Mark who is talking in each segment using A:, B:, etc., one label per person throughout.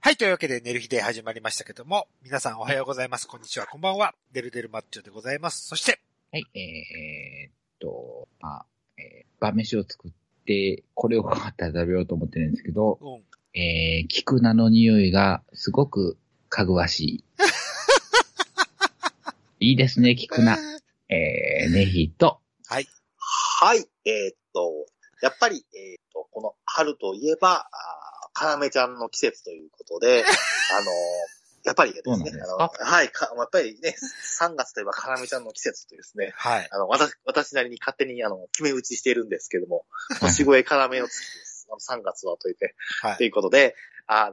A: はい、というわけで、寝る日で始まりましたけども、皆さんおはようございます。こんにちは、こんばんは。デルデルマッチョでございます。そして、
B: はい、えー、っと、まあ、えー、晩飯を作って、これをご飯食べようと思ってるんですけど、
A: うん。
B: えー、菊菜の匂いがすごくかぐわしい。いいですね、菊菜。えー、ネギと、
C: はい、えーっと、やっぱり、えーっと、この春といえば、あーかなめちゃんの季節ということ で、あのーやっぱりです
B: そうなん
C: ね
B: です、
C: あの
B: か
C: はいか、やっぱりね、3月といえばかなめちゃんの季節というですね、
A: はい。
C: あの、私、私なりに勝手に、あの、決め打ちしているんですけども、
B: はい
C: 年越えかなめの月です。あの3月はといて、
A: は
C: と
A: い。
C: いうことで、あの、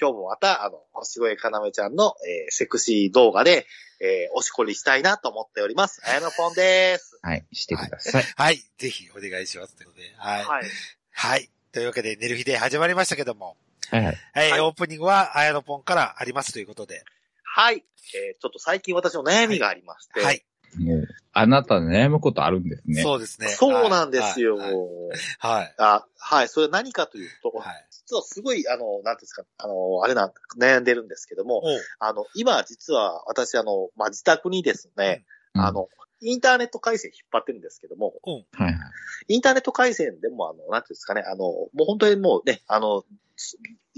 C: 今日もまた、あの、星越えかなめちゃんの、えーセクシー動画で、えーおしこりしたいなと思っております。あやのぽんです。
B: はい、してください。
A: はい。ぜひお願いします。ということで、はい。はい。
C: はい。
A: というわけで、寝る日で始まりましたけども、
B: はい、はい。
A: はい、
C: はい
A: オープニングは、あやのぽんからありますということで、
C: はい。えーちょっと最近私の悩みがありまして。
A: はい。
B: もう、あなた悩むことあるんですね。
A: そうですね。
C: そうなんですよ。
A: はい。はい。
C: あ、はい。それ何かというと、
A: はい。
C: 実はすごい、あの、なんていうんですか、あの、あれなん、悩んでるんですけども、
A: お
C: あの、今実は私、あの、まあ、自宅にですね、
B: うん
C: あ、の、インターネット回線引っ張ってるんですけども、
A: うん。
B: はい、はい。
C: インターネット回線でも、あの、なんていうんですかね、あの、もう本当にもうね、あの、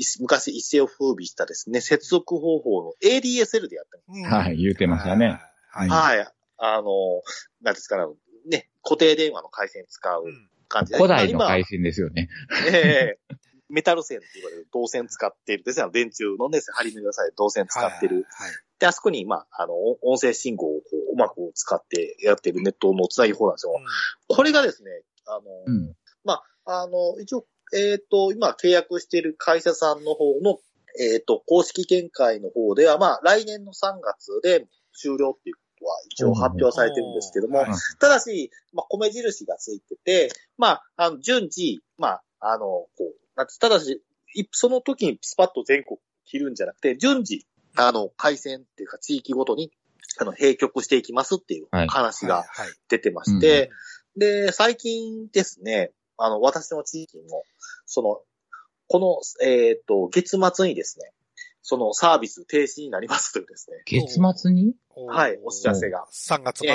C: し昔一世を風靡したですね、接続方法の ADSL でやってる
A: うん
B: はい、言うてましたね。。
A: はい。
B: は
C: はい。あの、なんですかね、ね、固定電話の回線使う
A: うん
C: 感じで。
B: 古代の
C: 今
B: 回線ですよね。
C: ええメタル線って言われる銅線使ってるですね。あの電柱のね、張り巡らされて銅線使ってる。。
A: はい。
C: で、あそこに、まあ、あの、音音声信号をこううまく使ってやってるネットのつなぎ方なんですよ。これがですね、あ
B: う
C: の、
B: ん。
C: あの、一応、えっ、と、今契約している会社さんの方の、えっ、と、公式見解の方では、まあ、来年の3月で終了っていうことは一応発表されてるんですけども、
A: はい
C: ただし、まあ、米印がついてて、まあ、あの、順次、まあ、あの、こう、なんてただし、いその時にスパッと全国切るんじゃなくて、順次、あの、回線っていうか地域ごとに、あの、閉局していきますっていう
B: はい
C: 話
A: は
C: が
A: い。
C: 出てまして、
A: で、
C: で、最近ですね、あの、私の地域も、その、この、えっ、と、月末にですね、そのサービス停止になりますというですね、
B: 月末に
C: はい、お知らせが、
A: 3月末に、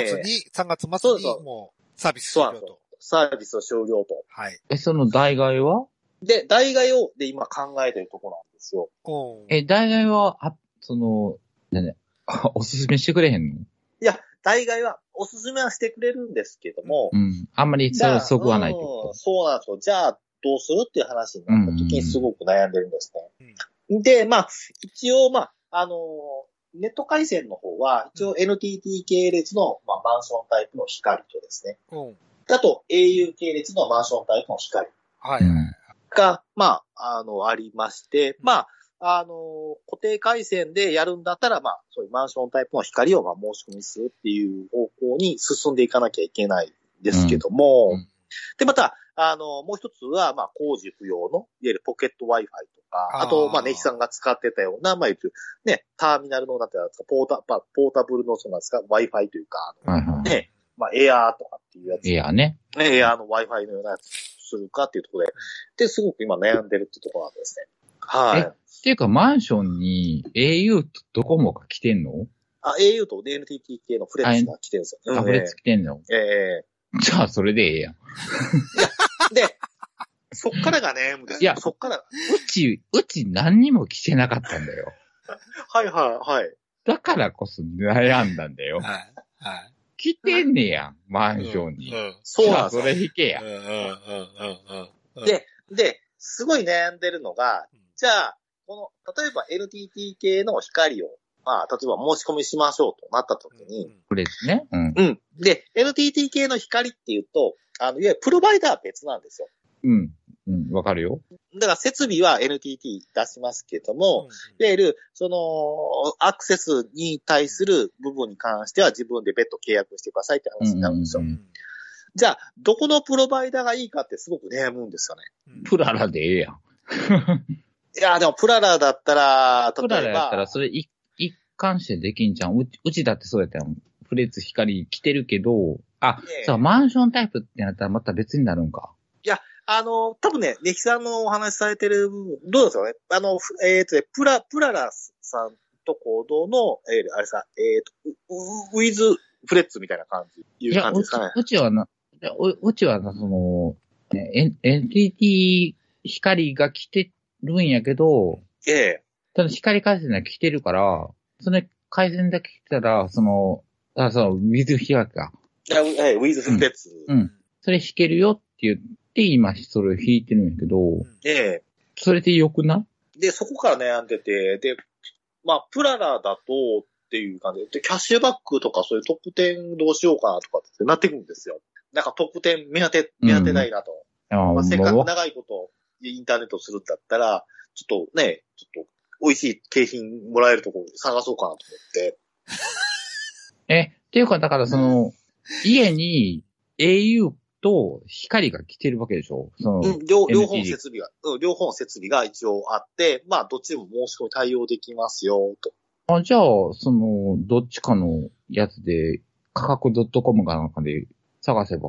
A: 3月末にもうサービス終了と。
C: サービスを終了と。
A: はい。
B: え、その代替は
C: で、代替を、で、今考えてるところなんですよ。
A: お
B: え、大概は、あ、その、なんだ おすすめしてくれへんの
C: いや、代替は、おすすめはしてくれるんですけども、
B: うん。あんまり
C: じ
B: そ
C: ゃ
B: れ
C: あ
B: そぐわないって
C: う
B: こ
C: んそうなんですよ。じゃあ、どうするっていう話になった
B: うんうん
C: 時
B: うん
C: にすごく悩んでるんですね。で、まあ、一応、まあ、あのーネット回線の方は、一応 NTT 系列の、まあ、マンションタイプの光とですね。
A: うん。
C: あと、au 系列のマンションタイプの光
A: は
B: と。
A: い。
C: が、まあ、あの、ありまして、まあ、あのー固定回線でやるんだったら、まあ、そういうマンションタイプの光を、まあ、申し込みするっていう方向に進んでいかなきゃいけないんですけども、
B: うんうん
C: で、また、あの、もう一つは、まあ、工事不要の、いわゆるポケット Wi-Fi とか、
A: あー
C: あと、まあ、ネヒさんが使ってたような、まあ、いう、ね、ターミナルの、なんていうんですか、ポータ、まあポータブルの、そうなんですか、Wi-Fi というか、
B: はいはい。
C: ね、まあ、エアーとかっていうやつ、
B: いやね。
C: ね、エアーの Wi-Fi のようなやつするかっていうところで、で、すごく今悩んでるってところなんですね。はい。
B: っていうか、マンションに au とドコモが来てんの
C: あ、au と NTT 系のフレッツが来てるんですよ。
B: タブレット来てんの
C: えええ
B: じゃあ、それでええやん。う
C: えで、そっからがね、
B: いや
C: そっから、
B: ち、うち何にも来てなかったんだよ。
C: はいはいはい。
B: だからこそ悩んだんだよ。
A: はい。はい。
B: 来てんねやん、マンションに。
A: うん。
C: そう
B: じ
C: なん
B: ゃ
C: で
B: あ、
C: す
B: そ
C: よ
B: れ引けや
A: うん。うんうんうん。
C: で、すごい悩んでるのが、じゃあ、この、例えば LTT 系の光を、まあ、例えば申し込みしましょうとなった時に、
B: これですね。うん。
C: うん。で、LTT 系の光っていうと、あの、いわゆるプロバイダーは別なんですよ。
B: うん。うん。わかるよ。
C: だから設備は NTT 出しますけども、いわゆる、その、アクセスに対する部分に関しては自分で別途契約してくださいって話になるんですよ。
B: うん
C: じゃあ、どこのプロバイダーがいいかってすごく悩むんですよね。
B: プララでええやん。
C: いやー、でもプララだったら、例
B: プ、
C: えば
B: ララやったら、それ一一貫してできんじゃん。うち、うちだってそうやったやん。フレッツ光来てるけど、あ、
C: ええ
B: そう、マンションタイプってなったらまた別になるんか。
C: あの、多分ね、ネヒさんのお話しされてる部分、どうですかねあの、ふえっ、とね、プラ、プララスさんと行動の、えーあれさ、えっ、と、ウウウィズ・フレッツみたいな感じ、い
B: いうや、
C: 感じですかね。
B: うちうちはな、いやううちはな、その、ねエンエンティティ光が来てるんやけど、
C: ええ
B: ただ光回線だけ来てるから、その回線だけ来てたら、その、あ、そう、水開きか。
C: いやウええウィズ・フレッツ。
B: うんそれ弾けるよって言って、今それ弾いてるんやけど、
C: ええ
B: それで良くない
C: で、そこから悩んでて、で、まあ、プララだと、っていう感じで、でキャッシュバックとかそういう特典どうしようかなとかってなってくるんですよ。なんか特典目当て、目当てないなと。
B: あ、ま
C: まあ、せっか
B: あ
C: く
B: わ
C: 長いことインターネットするんだったら、ちょっとね、ちょっと美味しい景品もらえるとこ探そうかなと思って。
B: え、っていうか、だからその、家に au と光が来てるわけでしょその、
C: うん、両
B: NG
C: 両方の設備が、うん、両方の設備が一応あって、まあ、どっちでも申し込み対応できますよ、と。
B: あ、じゃあ、その、どっちかのやつで、価格 .com かなんかで探せば。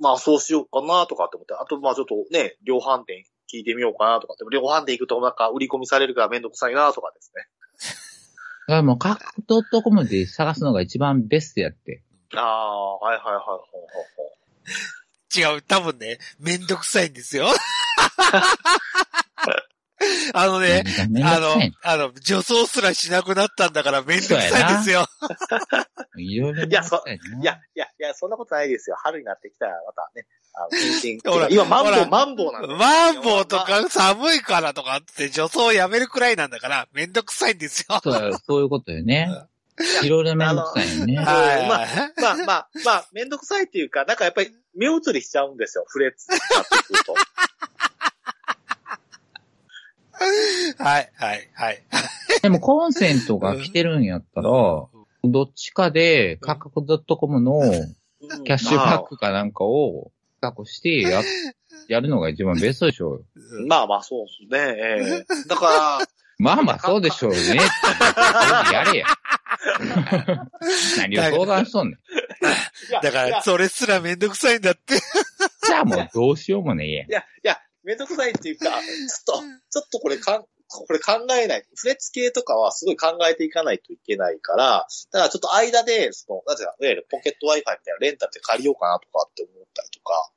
C: まあ、そうしようかな、とかって思って、あと、まあ、ちょっとね、量販店聞いてみようかな、とかって、量販店行くとなんか売り込みされるからめんどくさいな、とかですね。
B: だからもう価格 .com で探すのが一番ベストやって。
C: ああ、はいはいはい、ほうほうほう。
A: 違う、多分ね、めんどくさいんですよ。あのね、
B: 何がめんどく
A: あ
B: さい
A: の、あの、女装すらしなくなったんだからめんどくさいんですよ。
B: のいろいろめん
C: い
B: ど
C: や
B: くさいな。
C: いや、いや、いや、そんなことないですよ。春になってきたらまたね、あの、新
A: ほら
C: 進。今、マンボ
A: ほら
C: ウ、マンボウなんで
A: マンボウとか寒いからとかって女装やめるくらいなんだからめんどくさいんですよ。
B: そう、そういうことよね。いろいろめんどくさいよね。
A: はい。
C: ままあまあ、まあ、めんどくさいっていうか、なんかやっぱり、目移りしちゃうんですよ。フレッツになってくると。
A: はい、はい、はい。
B: でもコンセントが来てるんやったら、どっちかで価格 .com の
C: うん
B: キャッシュバックかなんかを企画してや、やるのが一番ベストでし ょうよ。
A: うん
C: まあまあ、そうですね。 ええだから、
B: まあまあ、そうでしょうね。やれ や。何を相談しとんねん。
C: いや
A: だか
C: いや
A: ら、それすらめんどくさいんだって。
B: じゃあもうどうしようもねえや
C: い。や、いや、めんどくさいっていうか、ちょっと、ちょっとこれかん、これ考えない。フレッツ系とかはすごい考えていかないといけないから、だからちょっと間で、その、なんていうか、いわゆるポケット Wi-Fi みたいなレンタルで借りようかなとかって思ったりとか、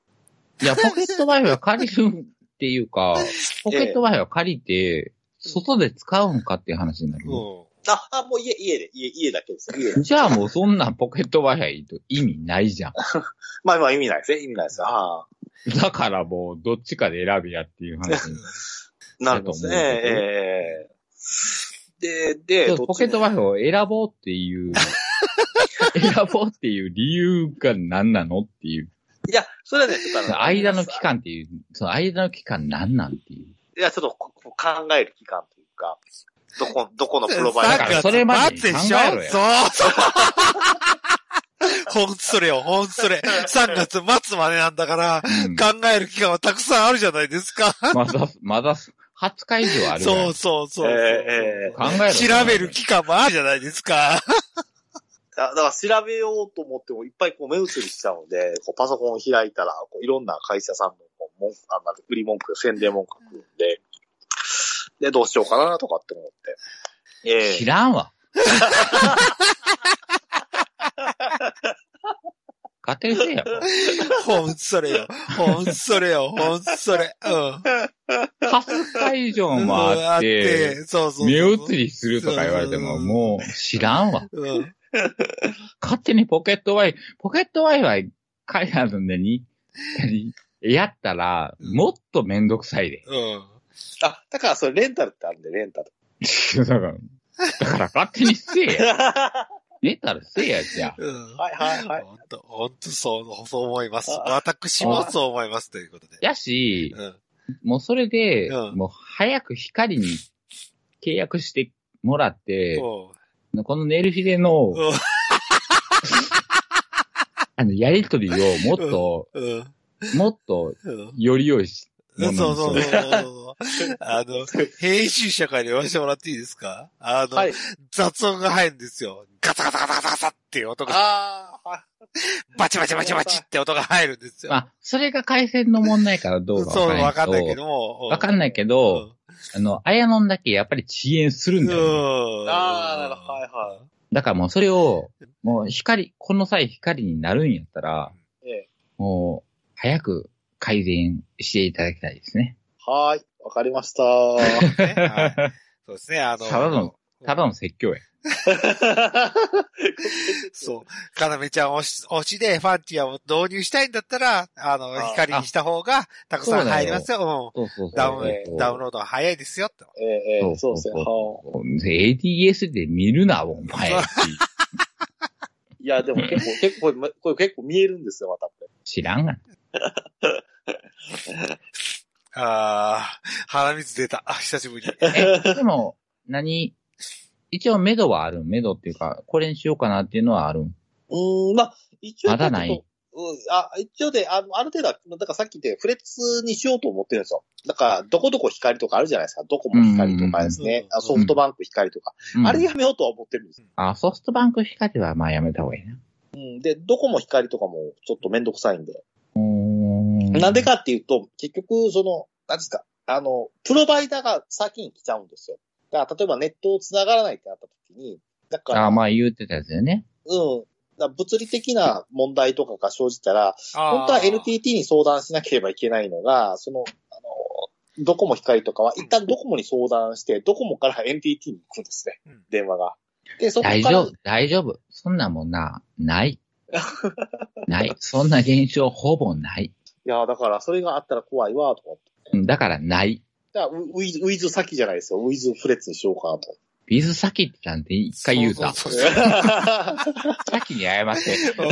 B: いや、ポケット Wi-Fi は借りるっていう か、ポケット Wi-Fi は借りて、外で使うんかっていう話になる。
A: う
C: あ、あもう家、家で、家、家だけですよ。家 で。
B: じゃあもうそんなんポケット Wi-Fi と意味ないじゃん。
C: まあまあ意味ないですね。意味ないですよ。ああ。
B: だからもうどっちかで選べやっていう話。
C: なるんで
B: だと思
C: すね。
B: うけど
C: ええで、で、
B: そうポケット
C: どっち
B: Wi-Fi を選ぼうっ ていう、選ぼうっていう理由が何なのっていう。
C: もいや、それはね、ちょっとあ
B: 間の期間っていう、その間の期間何なんっていう。
C: いや、ちょっとここ考える期間というか、どこ、どこの
A: ん。
C: プロバイ
B: だ
C: ダ
B: か
C: ー
B: ら
C: が
B: それまでに考え
A: で
B: ろ
A: し
B: よ
A: ょそうそう。ほんとそれよ、ほんとそれ。3月末までなんだから、
B: うん
A: 考える期間はたくさんあるじゃないですか。
B: まだ、まだ20日以上あるやん
A: そうそうそうそう。
C: ええ
B: 考えろ。
A: 調べる期間もあるじゃないですか。
C: だだから調べようと思ってもいっぱいこう目移りしちゃうので、こうパソコンを開いたら、こういろんな会社さんのこう文句、あんな売り文句、宣伝文句が来るんで、で、どうしようかなとかって思って。え
B: 知
C: え
B: らんわ。家庭せえや。
A: ほんとそれよ。ほんとそれよ。ほんとそれ。うん。
B: 20日以上もあって、、
A: そうそうそう。
B: 目移りするとか言われても、もう知らんわ。
A: うん。
B: 勝手にポケットワイ、ポケットワイワイ開発のに、 やったら、もっとめんどくさいで。
A: うん。
C: あ、だからそれレンタルってあるんで、レンタル。
B: だから、だから勝手にせえ や。
C: は
B: 出たらせえや、じゃあ。
A: うん。
C: いはいはい。
A: 本当本当そう、そう思います。私もそう思いますということで。
B: やし、
A: うん。
B: もうそれで、
A: うん
B: もう早く光に契約してもらって、
A: そ
B: このネルヒデの
A: うん、
B: あの、やりとりをもっと、
A: う。うん。
B: もっと、
A: うん
B: より良いし、
A: そうそうそう
B: ものにしよ
A: そう。あの、編集者から言わせてもらっていいですかあの、
C: はい。
A: 雑音が入るんですよ。ガタガタガタガタガタっっていう音が、
C: ああ、
A: バチバチバチバチって音が入るんですよ。
B: まあ、それが回線の問題からどうか
A: そう、わ
B: わ
A: か
B: か
A: ん
B: ん
A: な
B: ないい
A: け
B: け
A: ど
B: ど。
A: も。
B: わかんないけど、あの、アヤノンだけやっぱり遅延する
A: うんん。
B: だよね。
C: あーなるほどはいは
B: だからもうそれを、もう光、この際光になるんやったら、
C: ええ。
B: もう、早く改善していただきたいですね。
C: はーい。わかりま した。
A: い。ねはいそうですね、あの。
B: ただの、ただの説教や。
A: そう。かなめちゃん推し、推しでファンティアを導入したいんだったら、あの、
C: あ
A: 光にした方が、たくさん入りますよ。
B: そうそう
A: うん。ダウ
C: そう
A: ン、ダウンロードは早いですよ、と。
C: ええ、ええ、そうですね。はあ
B: ですね。ADS で見るな、お前。
C: いや、でも結構、結構、これこれ結構見えるんですよ、またこれ。
B: 知らんがな。
A: あー、鼻水出た。あ久しぶり。
B: え、でも、何一応、目処はある。目処っていうか、これにしようかなっていうのはある。
C: うーん、まあ、一応。
B: まだない
C: ちょっと。うん、あ、一応で、あの、ある程度は、だからさっきでフレッツにしようと思ってるんですよ。だから、どこどこ光とかあるじゃないですか。どこも光とかです
A: うんうんう
C: ね
A: ん。
C: あソフトバンク光とか。
B: うん
C: あれやめようとは思ってるんです。
B: あ、ソフトバンク光はまあやめた方がいいな。
C: うん、で、どこも光とかもちょっとめんどくさいんで。
B: うーん
C: なんでかっていうと、結局、その、なんですか、あの、プロバイダーが先に来ちゃうんですよ。だから、例えばネットを繋がらないってなった時に、だから、
B: あ、まあ言うてたやつだよね。
C: うん。だから物理的な問題とかが生じたら、
A: 本
C: 本当は NTT に相談しなければいけないのが、その、あの、ドコモ光とかは、一旦ドコモに相談して、ドコモから NTT に行くんですね
A: うん。
C: 電話が。で、そこか
B: 大
C: ら、
B: 丈夫、大丈夫。そんなもんな、 ない。ない。そんな現象ほぼない。
C: いや、だから、それがあったら怖いわ、と思って。
B: うんだからない。
C: だからウウィズ、ウィズ先じゃないですよ。ウィズフレッツにしようかなと。
B: ビズ先ってなんて一回言う た。
A: そうそうそ う
B: 先に謝 って。
A: うん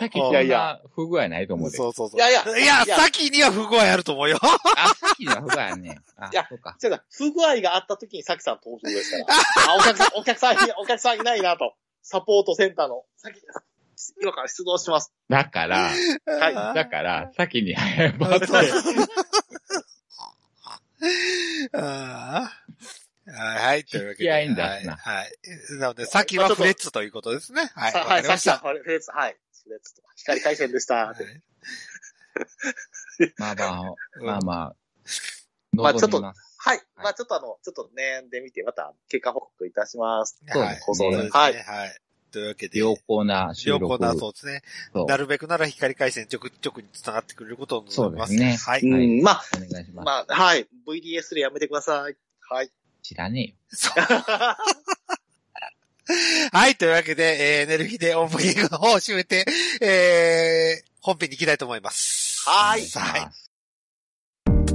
B: 先そん
C: いやい
B: な
C: や
B: 不具合ないと思うで。
A: そうそうそう。
C: いやいや
A: いや、
C: いや
A: 先には不具合あると思うよ。
B: あ、先には不具合やね。あ
C: いや、
B: そうか。
C: 違うな不具合があった時にサキさん登場ですから。あ、お客さん、お客さんい、お客さんいないなと。サポートセンターの、さき、今から出動します。
B: だから、
C: はい
B: だから、先に謝って。
A: あーはい、というわけで。
B: 引き合いんだ
A: はい。
B: な
A: はいなので、先はフレッツということですね。はい。
C: さ
A: わかりました。
C: さきさんフレーズ、はい。フレーズと。光回線でし
A: は
C: た。
A: い
B: まあまあ、
A: うん
B: まあまあ。
C: まあちょっ
B: 望
C: と
B: みます
C: はい。まあちょっとあの、ちょっと悩んでみて、また結果報告いたします。
B: そう
A: は
B: で
A: い。
B: すね
A: そうですね
C: は
A: はいい。というわけで、
B: 良好な収
A: 良
B: 録。
A: 好な、そうですね。
B: そう
A: なるべくなら光回線直々に繋がってくれることを望みます。
B: そうですね
A: はい。
B: はい
C: うん、まあ、
B: お願いします。
C: まあ、はい。VDS でやめてください。はい。
B: 知らねえよ。
A: そう はい、というわけで、えー、寝る日でオープニングの方を締めて、えー、本編に行きたいと思います。
C: は
B: お
C: い
B: 願し
A: はい。
B: ます。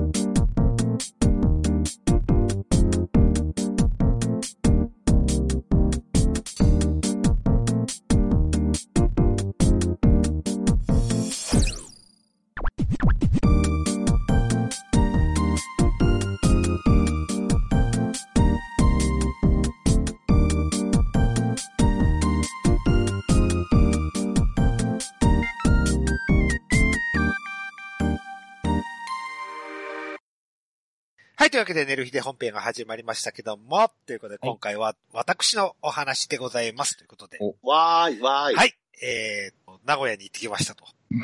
A: はい、というわけで、寝る日で本編が始まりましたけども、ということで、今回は私のお話でございます。ということで、
B: お
C: わーい、わーい。。
A: はいい、えーと、名古屋に行ってきましたと。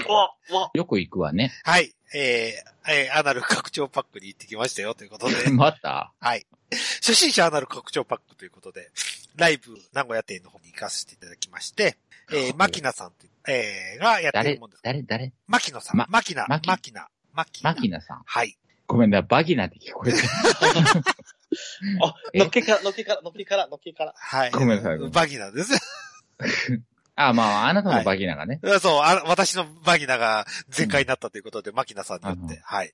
C: お、お、
B: よく行くわね。
A: はい、えー、えー、アナル 拡張パックに行ってきましたよ、という ことで、
B: また
A: はい。初心者アナル拡張パックということで、ライブ名古屋店の方に行かせていただきまして、えー、マキナさんって、えー、がやってる
B: 誰
A: もんです。
B: 誰誰
A: マキノさん
B: ま。
A: マキナ。マ
B: マ
A: キ
B: キ
A: ナ。マキナ
B: マ。キナさん。
A: はい。
B: ごめんな、バギナって聞こえ てる。
C: あ、のっけから、のっけから、のっけから、のっけから。
A: はい。
B: ごめんなさいごめん
A: バギナです。
B: あ、まあ、あなたのバギナがね。
A: そう、あ私のバギナが全開になったということで、マキナさんによっ
B: あ
A: て
B: の。
A: はい。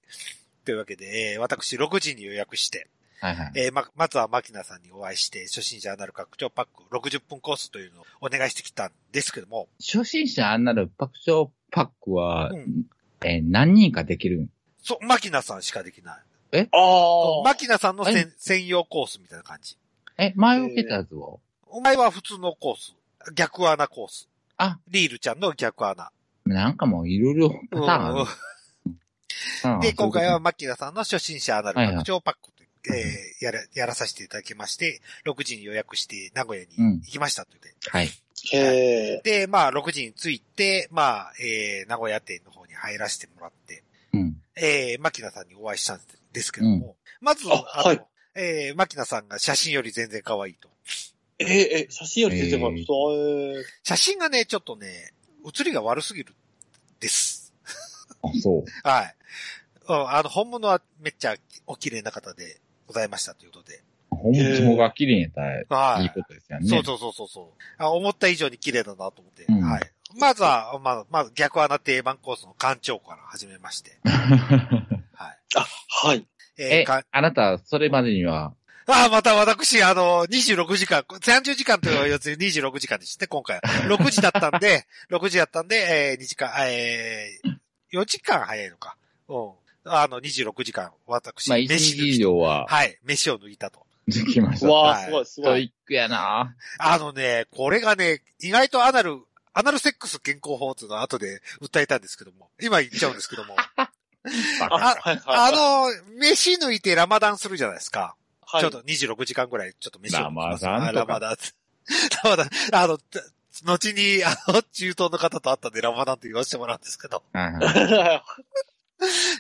A: というわけで、えー私6時に予約して、
B: はいはい。
A: えーま、まずはマキナさんにお会いして、初心者アナル拡張パック60分コースというのをお願いしてきたんですけども、
B: 初心者あんなの爆笑パックは、
A: うん
B: えー何人かできる
A: そう、マキナさんしかできない。
C: あー。
A: マキナさんのせん専用コースみたいな感じ。
B: え、前受けたやつを、
A: お前は普通のコース。逆穴コース。
B: あ、
A: リールちゃんの逆穴。
B: なんかもういろいろパターンある
A: うん
B: パターンある。
A: で、今回は
B: そういうこ
A: マッキーナさんの初心者アナル拡張パックという、えーやら、やらさせていただきまして、6時に予約して名古屋に行きましたということで、
B: と。はい。
C: へえ。
A: で、まあ、6時に着いて、まあ、えー、名古屋店の方に入らせてもらって、
B: うん。
A: えー、マキナさんにお会いしたんですけども、まず、
C: あ
A: の、
C: はい
A: えー、マキナさんが写真より全然可愛いと。
C: ええ、写真より全然変わった。え
A: 写真がね、ちょっとね、写りが悪すぎる、です。
B: あ、そう。
A: はい。うんあの、本物はめっちゃお綺麗な方でございましたということで。
B: ほんと紐が綺麗にたらい
A: はい。
B: いことですよね。
A: そうそうそうそうそうあ。思った以上に綺麗だなと思って。
B: うん
A: はい。まずは、まあ、まあ、逆穴定番コースの館長から始めまして。はい。
C: え。あ、はい。
A: えー
B: え
A: か、
B: あなた、それまでには、
A: ああ、また私、あの、26時間、30時間というやつに26時間にして、今 回。6時だったんで、6時だったんで、え2時間、えー、4時間早いのか。うん。あの、26時間、私、
B: まあ、一
A: 飯
B: 日以
A: 抜き。
B: 上は、
A: はい、飯を抜いたと。
B: できました。
C: わあ、
A: はい
C: すごい、す
B: スト
C: ご
B: イ
C: い。
B: ックやな
A: あのね、これがね、意外とアナル、アナルセックス健康法っていうのは後で訴えたんですけども、今言っちゃうんですけ ども、
B: バ
C: あ、
B: カ
A: あ
C: はい、はい。
A: あの、飯抜いてラマダンするじゃないですか。
C: はい、
A: ちょっと26時間ぐらいちょっと飯を抜きます。
B: ラマダン
A: はいラ
B: とか
A: マダン。ラマダン、あの、つ後に、あの、中東の方と会ったんでラマダンって言わせてもらうんですけど、
B: はいはい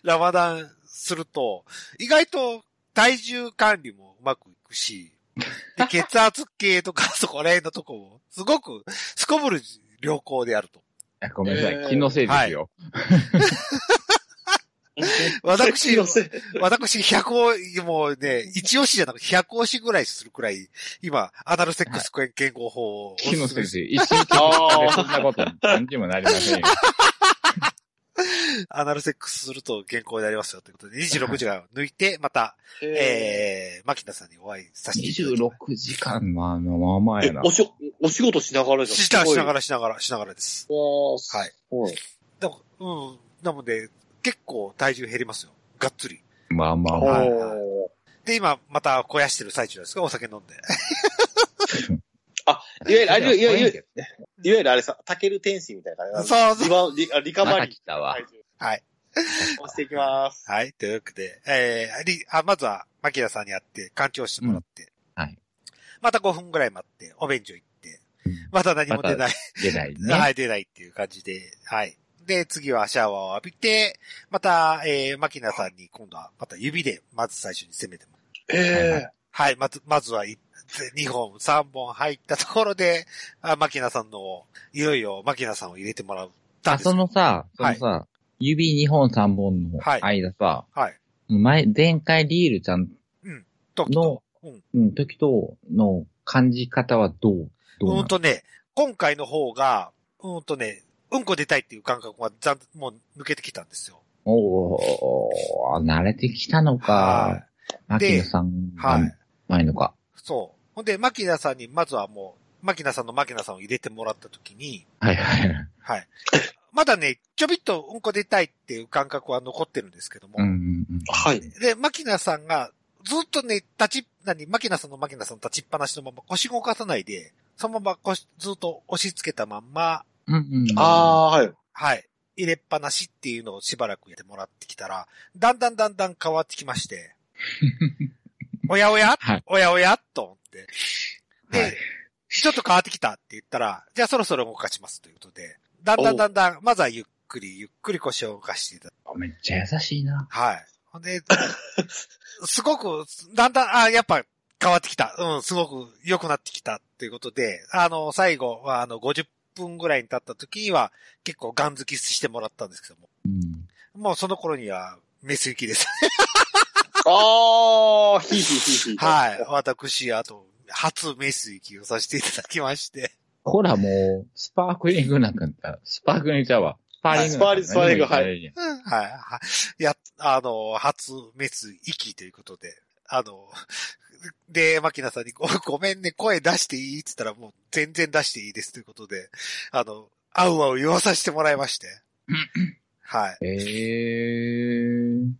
A: ラマダンすると、意外と体重管理もうまくいくし、 で血圧計とかそこら辺のとこも、すごく、すこぶる良好であると。
B: あごめんなさ
C: え
B: い。
C: ー
B: 気のせいですよ。
A: 私、
C: 寄せ
A: 私、100を、もうね、一押しじゃなくて100押しぐらいするくらい、今、アナルセックス健康法 をお
B: 気の
A: 勧
B: せい
A: め
B: ですすよ。一日以上でそんなこと、何にもなりません よ。
A: アナルセックスすると健康になりますよということで、26時間を抜いて、また、
C: え
A: えー、牧田さんにお会いさせていただきま
B: 26時間のあのまま
C: ー
B: や
C: え
B: な。
C: おし、お仕事しながらじゃん。
A: す。した、しなが
C: ら。
A: ら、しながら、しながらです。
C: わあ、
A: はい。
C: はい。
A: だからうん。なので、結構体重減りますよ。がっつり。
B: まあまあ
C: お
B: まあ。
C: ー
A: で、今、また肥やしてる最中ですかお酒飲んで。
C: いわゆる、あれいわゆ
B: い
C: る、いわゆるあれさ、タケル天使みたいな感 じ。
A: そうそう
C: リバウリリカ
B: ま
C: バ
B: た
C: リー
B: 来。たわ。
A: はい。
C: 押していきます。
A: はい。というわけで、えー、りあ、まずは、牧田さんに会って、環境してもらって。
B: うんはい。
A: また5分ぐらい待って、お便所行って。
B: うん
A: また何も出ない。
B: 出ない
A: は
B: ね。
A: い、出ないっていう感じで、はい。で、次はシャワーを浴びて、また、えー、マキナさんに今度は、また指で、まず最初に攻めてもらう。
C: え
A: はい、まず、まずは、い2本、3本入ったところで、あマキナさんの、いよいよマキナさんを入れてもらう。
B: あ、そのさ、そのさ、指2本3本の
A: はい
B: 間さ、
A: はい。
B: 前、前回リールちゃん
A: 時
B: の
A: と、うん。
B: うん、時との感じ方はどうどうな
A: う
B: の
A: んとね、今回の方が、うんとね、うんこ出たいっていう感覚は、ざんもう抜けてきたんですよ。
B: おー、慣れてきたの
A: は
B: か。マキノさん
A: い。
B: が
A: はい。
B: ないのか。
A: そう。ほんで、マキナさんに、まずはもう、マキナさんのマキナさんを入れてもらったときに、
B: はいはい。
A: はい。まだね、ちょびっとうんこ出たいっていう感覚は残ってるんですけども。
B: うんうんうん。
C: はい。
A: で、マキナさんが、ずっとね、立ち、何、マキナさんのマキナさん立ちっぱなしのまま腰動かさないで、そのまま腰、ずっと押し付けたまんま、
B: うんうん。
C: ああー、はい。
A: はい。入れっぱなしっていうのをしばらくやってもらってきたら、だんだんだんだん変わってきま して、おやおや、
B: はい
A: おやおやと思って。で、
B: はい
A: ちょっと変わってきたって言ったら、じゃあそろそろ動かしますということで、だんだんだんだん、まずはゆっくりゆっくり腰を動かしていただ
B: あ。めっちゃ優しいな。
A: はい。ほんで、 すごく、だんだん、あ、やっぱ変わってきた。うん、すごく良くなってきたっていうことで、あの、最後は、あの、50分ぐらいに経った時には、結構ガン付きしてもらったんですけども、
B: うん。
A: もうその頃には、メス行きです。
C: ああ、ひいひいひいひい。
A: はい。私、あと、初メス行きをさせていただきまして。
B: ほらもう、スパークリングなんか、あスパークリングちゃうわ。スパーリングなんか。
C: スパーリングスパー
B: リング、
A: うんはい。はい。や、あの、初滅息ということで、あの、で、マキナさんにご、ごめんね、声出していいって言ったらもう全然出していいですということで、あの、あうあう言わさせてもらいまして。はい。
B: はい。えー。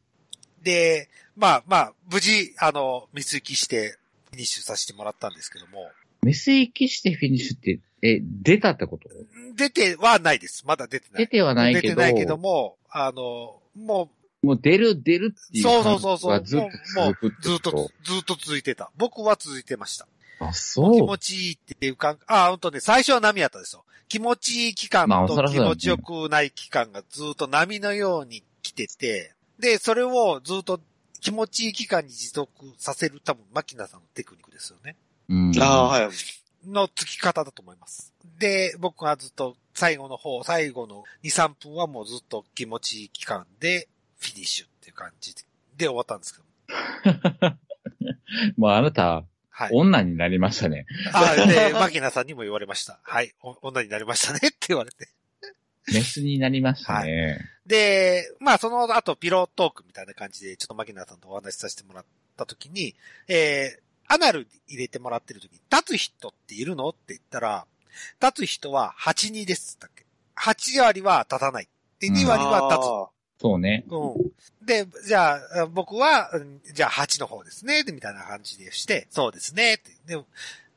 A: で、まあまあ、無事、あの、滅息して、フィニッシュさせてもらったんですけども、
B: メス行きしてフィニッシュって、え、出たってこと
A: 出てはないです。まだ出てな
B: 出
A: い。
B: てはない
A: 出
B: け
A: て
B: ど、
A: ないけども、あの、もう
B: もう出る出るっていう
A: そうそう
B: 感覚
A: そうそう
B: がずっと続くって
A: ず
B: こ
A: っと、ずっと続いてた。僕は続いてました。
B: あ、
A: 気
B: そ
A: 持ちいいっていう感あ、本当ね、最初は波やったですよ。気持ちいい期間
B: まあそ
A: と
B: らそう
A: 気
B: だよね
A: 持ちよくない期間がずっと波のように来てて、で、それをずっと気持ちいい期間に持続させる多分、マキナさんのテクニックですよね。
B: う。うん。
C: あー、はい。
A: のつき方だと思います。で、僕はずっと最後の方、最後の2、3分はもうずっと気持ちいい期間でフィニッシュっていう感じで終わったんですけど。
B: もうあなた、
A: はい。
B: 女になりましたね。
A: あで、マキナさんにも言われました。はい。お女になりましたねって言われて。
B: メスになりましたね。
A: で、まあその後ピロートークみたいな感じで、ちょっとマキナさんとお話しさせてもらった時に、えー、アナル入れてもらってる時に、立つ人っているのって言ったら、立つ人は8、2です。だっけ ?8 割は立たない。で、
B: うん
A: 2割は立つ。
B: そうね。
A: うん。で、じゃあ、僕は、うんじゃあ8の方ですね、でみたいな感じでして、そうですね、って。でも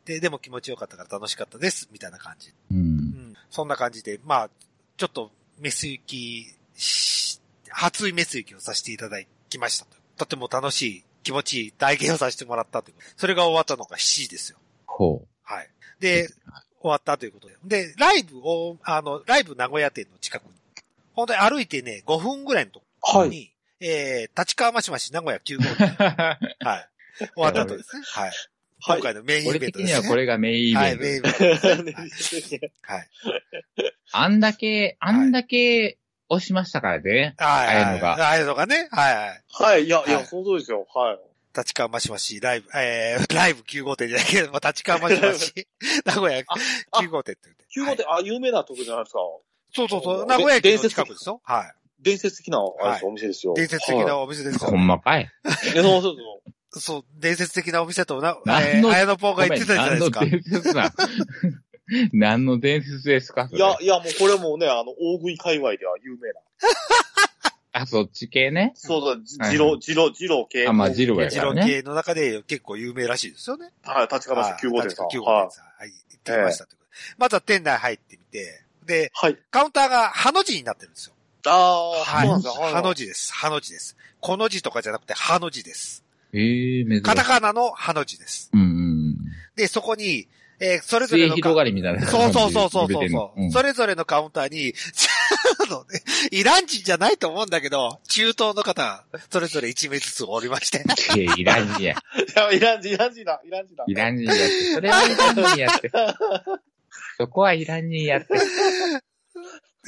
A: で、でも気持ちよかったから楽しかったです、みたいな感じ。
B: う。
A: うんん。そんな感じで、まあ、ちょっと、メス行きし、初いメス行きをさせていただきましたと。とても楽しい、気持ちいい体験をさせてもらったということ。それが終わったのが7時ですよ。
B: こ
A: はい。で、終わったということで。で、ライブを、あの、ライブ名古屋店の近くに、本当に歩いてね、5分ぐらいのところ
C: はい。
A: に、えー、立川ましまし名古屋9号店。 は
B: う。
A: い。終わった後ですね。はい。
C: はい
A: 今回のメインイ
B: 俺
A: ベン
B: 的
A: トで
B: に
A: す
B: は
A: ね。
B: これがメインイ
A: はい、
B: ベント
A: メイ
B: で
A: ンイ
B: す。
A: ベントですね。はい。
B: あんだけ、あんだけ押しましたからね。
A: はい。はい。
B: ああいうのが
A: ああいうのがね。はいはい。
C: はい。いや、い
A: は
C: や、
A: い
C: そうですよ。はい。
A: 立川ましまし、ライブ、えー、 ライブ9号店じゃないけど、まあ、立川ましま し、名古屋
C: あ
A: 9号店って言って。
C: 9号
A: はい
C: 店、あ、有名なとこじゃないですか。
A: そうそうそう。
C: で
A: 名古屋駅の
C: 伝説
A: 近くですよ。は
C: 伝説的な、あれです
A: は
C: お店ですよ。
A: い。伝説的
C: は
A: なお店ですよ
B: ほんまかい。
C: い。いやそうそうそう。
A: そう、伝説的なお店とな、え
B: 何
A: ー、
B: の
A: 綾野ポーが言ってたじゃない
B: 何
A: で
B: の
A: すか。
B: 伝説な何の伝説ですかそ
C: い
B: れ
C: や、いや、もうこれもね、あの、大食い界隈では有名な。
B: あ、そっち系ね。
C: そうそう、じ
B: はい
C: ジロ、ジロ、ジロ系。
B: あ、まあ、ジローや
A: ジ
B: か
A: ロ
B: ら
A: ー
B: ね。
A: 系の中で結構有名らしいですよね。
C: はい、立川市9号店さん。
A: 9号
C: はい
A: 店。さん。はい。行ってきましたということで。まずは店内入ってみて、で、
C: はい。
A: カウンターがハの字になってるんですよ。
C: ああ、
A: はい。
C: そうなんですよ。
A: ハの字です。ハの字です。この字とかじゃなくてハの字です。
B: ええー、珍しい。
A: カタカナのハの字です。
B: うんうん。
A: で、そこに、えーそれぞれ
B: 末
A: のカ
B: 広がりみたいな
A: そ
B: 感
A: う
B: じ
A: そうそうそう
B: で
A: そ
B: 出
A: う
B: てんの
A: そう、それぞれのカウンターに、 あのね、イラン人じゃないと思うんだけど、中東の方、それぞれ1名ずつおりまして。
B: うん。いやイラン人や。
C: いや、イラン人、イラン人だ、イラン人だ。
B: イラン人やって。それはイラン人やって。そこはイラン人やって。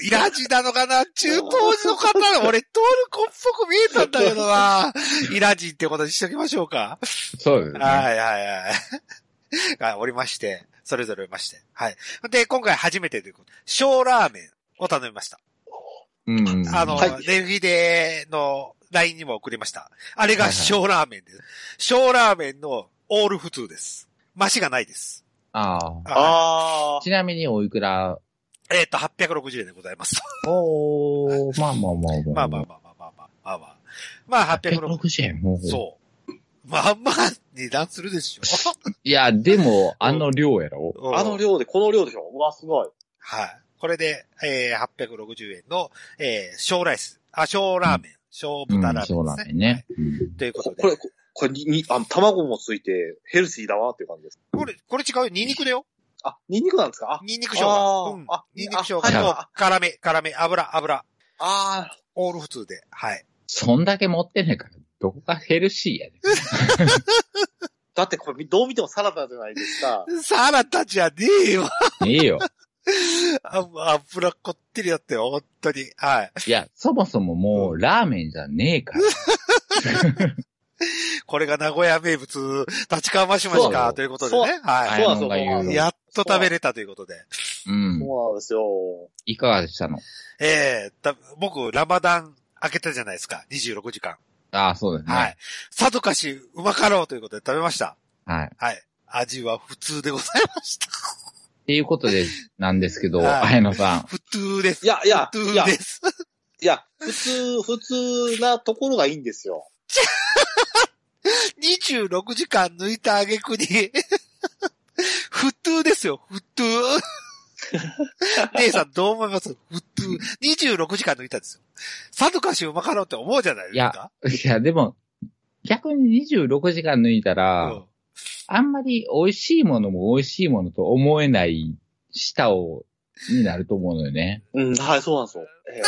A: イラン人なのかな中東の方俺、トールコンっぽく見えたんだけど な。イラン人ってことにしときましょうか。
B: そうですね。
A: はいはいはい。 がおりまして、それぞれおりまして。はい。で、今回初めてということ。小ラーメンを頼みました。
B: うんうん。
A: あの、
C: はい
A: レフィデの LINE にも送りました。あれが
B: はいはい
A: 小ラーメンです。小ラーメンのオール普通です。マシがないです。
B: あ
A: あはい
C: あ
B: あ。ちなみにおいくら
A: えっ、と、860円でございます。
B: おー、まあまあま
A: ま
B: あ
A: あまあまあまあまあまあまあまあ。まあ、860
B: 860円。もう
A: そう。まあまあ、値段するでしょ。
B: いや、で も、あの量やろ。
C: あの量で、この量でしょ。うわ、すごい。
A: はい。これで、えー、860円の、えー、小ライス。あ、小ラーメン。小
B: うん
A: 豚ラ、ー
B: そう
A: メンで
B: な
A: すね。
B: んね。
A: はい。というこ
C: こと
A: で。
C: これ、ここれに、に、あの、卵もついて、ヘルシーだわっていう感じです。
A: これ、これ違うよ。ニンニクだよ。
C: あ、ニンニクなんですかあ
A: ニンニク生姜。
C: あー
A: うん
C: あ。
A: ニンニク生姜
C: あ
A: と
C: はい、
A: 辛め、辛め、油、油。
C: あ
A: オール普通で。はい。
B: そんだけ持ってねえから、どこがヘルシーやねん。
C: ーだってこれ、どう見てもサラダじゃないですか。
A: サラダじゃねえよ。
B: ねえ よ。
A: あ油こってりだったよ。本当に。はい。
B: いや、そもそももう、ラーメンじゃねえから。
A: これが名古屋名物、立川マシマシ
B: そ
A: か、
B: う
A: ということでね。は
C: そうなん
B: あやもんが言う
A: い。
B: の
C: ですよ。
A: やっと食べれたということで。
B: うん。
C: そうなんですよ。
B: いかがでしたの
A: ええた僕、ラマダン開けたじゃないですか。26時間。
B: ああ、そうですね。
A: はい。。さぞかし、うまかろうということで食べました。
B: はい。
A: はい。味は普通でございました。
B: っていうことで、なんですけど、
A: はい
B: あやのさん。
A: 普通です。
C: いや、いや、
A: 普
C: い
A: 通
C: や
A: で、す。
C: いや、普通、普通なところがいいんですよ。
A: 26時間抜いた挙句に、 普通ですよ、普通。 姉さんどう思います普通。26時間抜いたんですよ。さぞかしうまかろうって思うじゃないですか。
B: いや、でも、逆に26時間抜いた
A: う
B: ら、
A: ん
B: あんまり美味しいものも美味しいものと思えない舌を、になると思うのよね。
C: うん、はい、そうなんですよ。え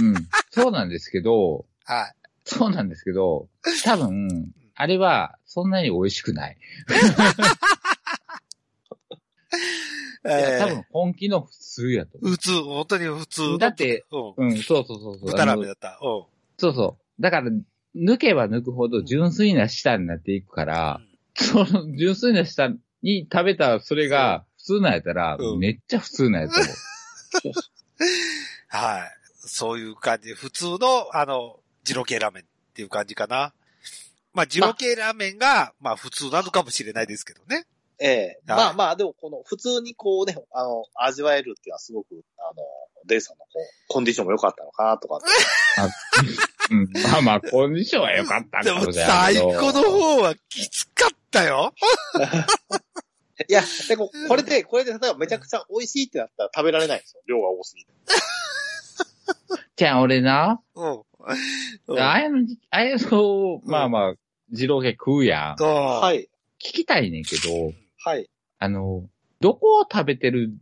C: え
B: うん。そうなんですけど、
A: はい。
B: そうなんですけど、多分、あれはそんなに美味しくない。
A: え
B: いや多
A: ー
B: 分本気の普通やと。
A: 普通、本当に普通。
B: だって、
A: うん。
B: うん、そうそうそうそう。
A: 豚ラー
B: あの
A: メンだった。うん。
B: そうそう。だから、抜けば抜くほど純粋な舌になっていくから、その純粋な舌に食べたそれが普通なんやったら、
A: うん
B: めっちゃ普通なんやと思う。
A: はい。そういう感じ。普通の、あの、二郎系ラーメンっていう感じかな。まあ、二郎系ラーメンが、まあ、普通なのかもしれないですけどね。
C: ええ
A: はい
C: まあまあ、でもこの普通にこうね、あの、味わえるっていうのはすごく、あの、デイさんのこう、コンディションも良かったのかなとか。
B: うん、まあまあ、コンディションは良かったん
A: で
B: か
A: も、
B: しれな
A: 最
B: いけど
A: 高の方はきつかったよ。
C: いや、でもこれで、これで例えばめちゃくちゃ美味しいってなったら食べられないんですよ。量が多すぎて。
B: じゃあ、俺な、
A: うん。うん
B: あやの、あやの、まあまあ、二郎系食うやん。聞
A: は。
C: はいい。
B: きたいねんけど、
C: はい。
B: あの、どこを食べてる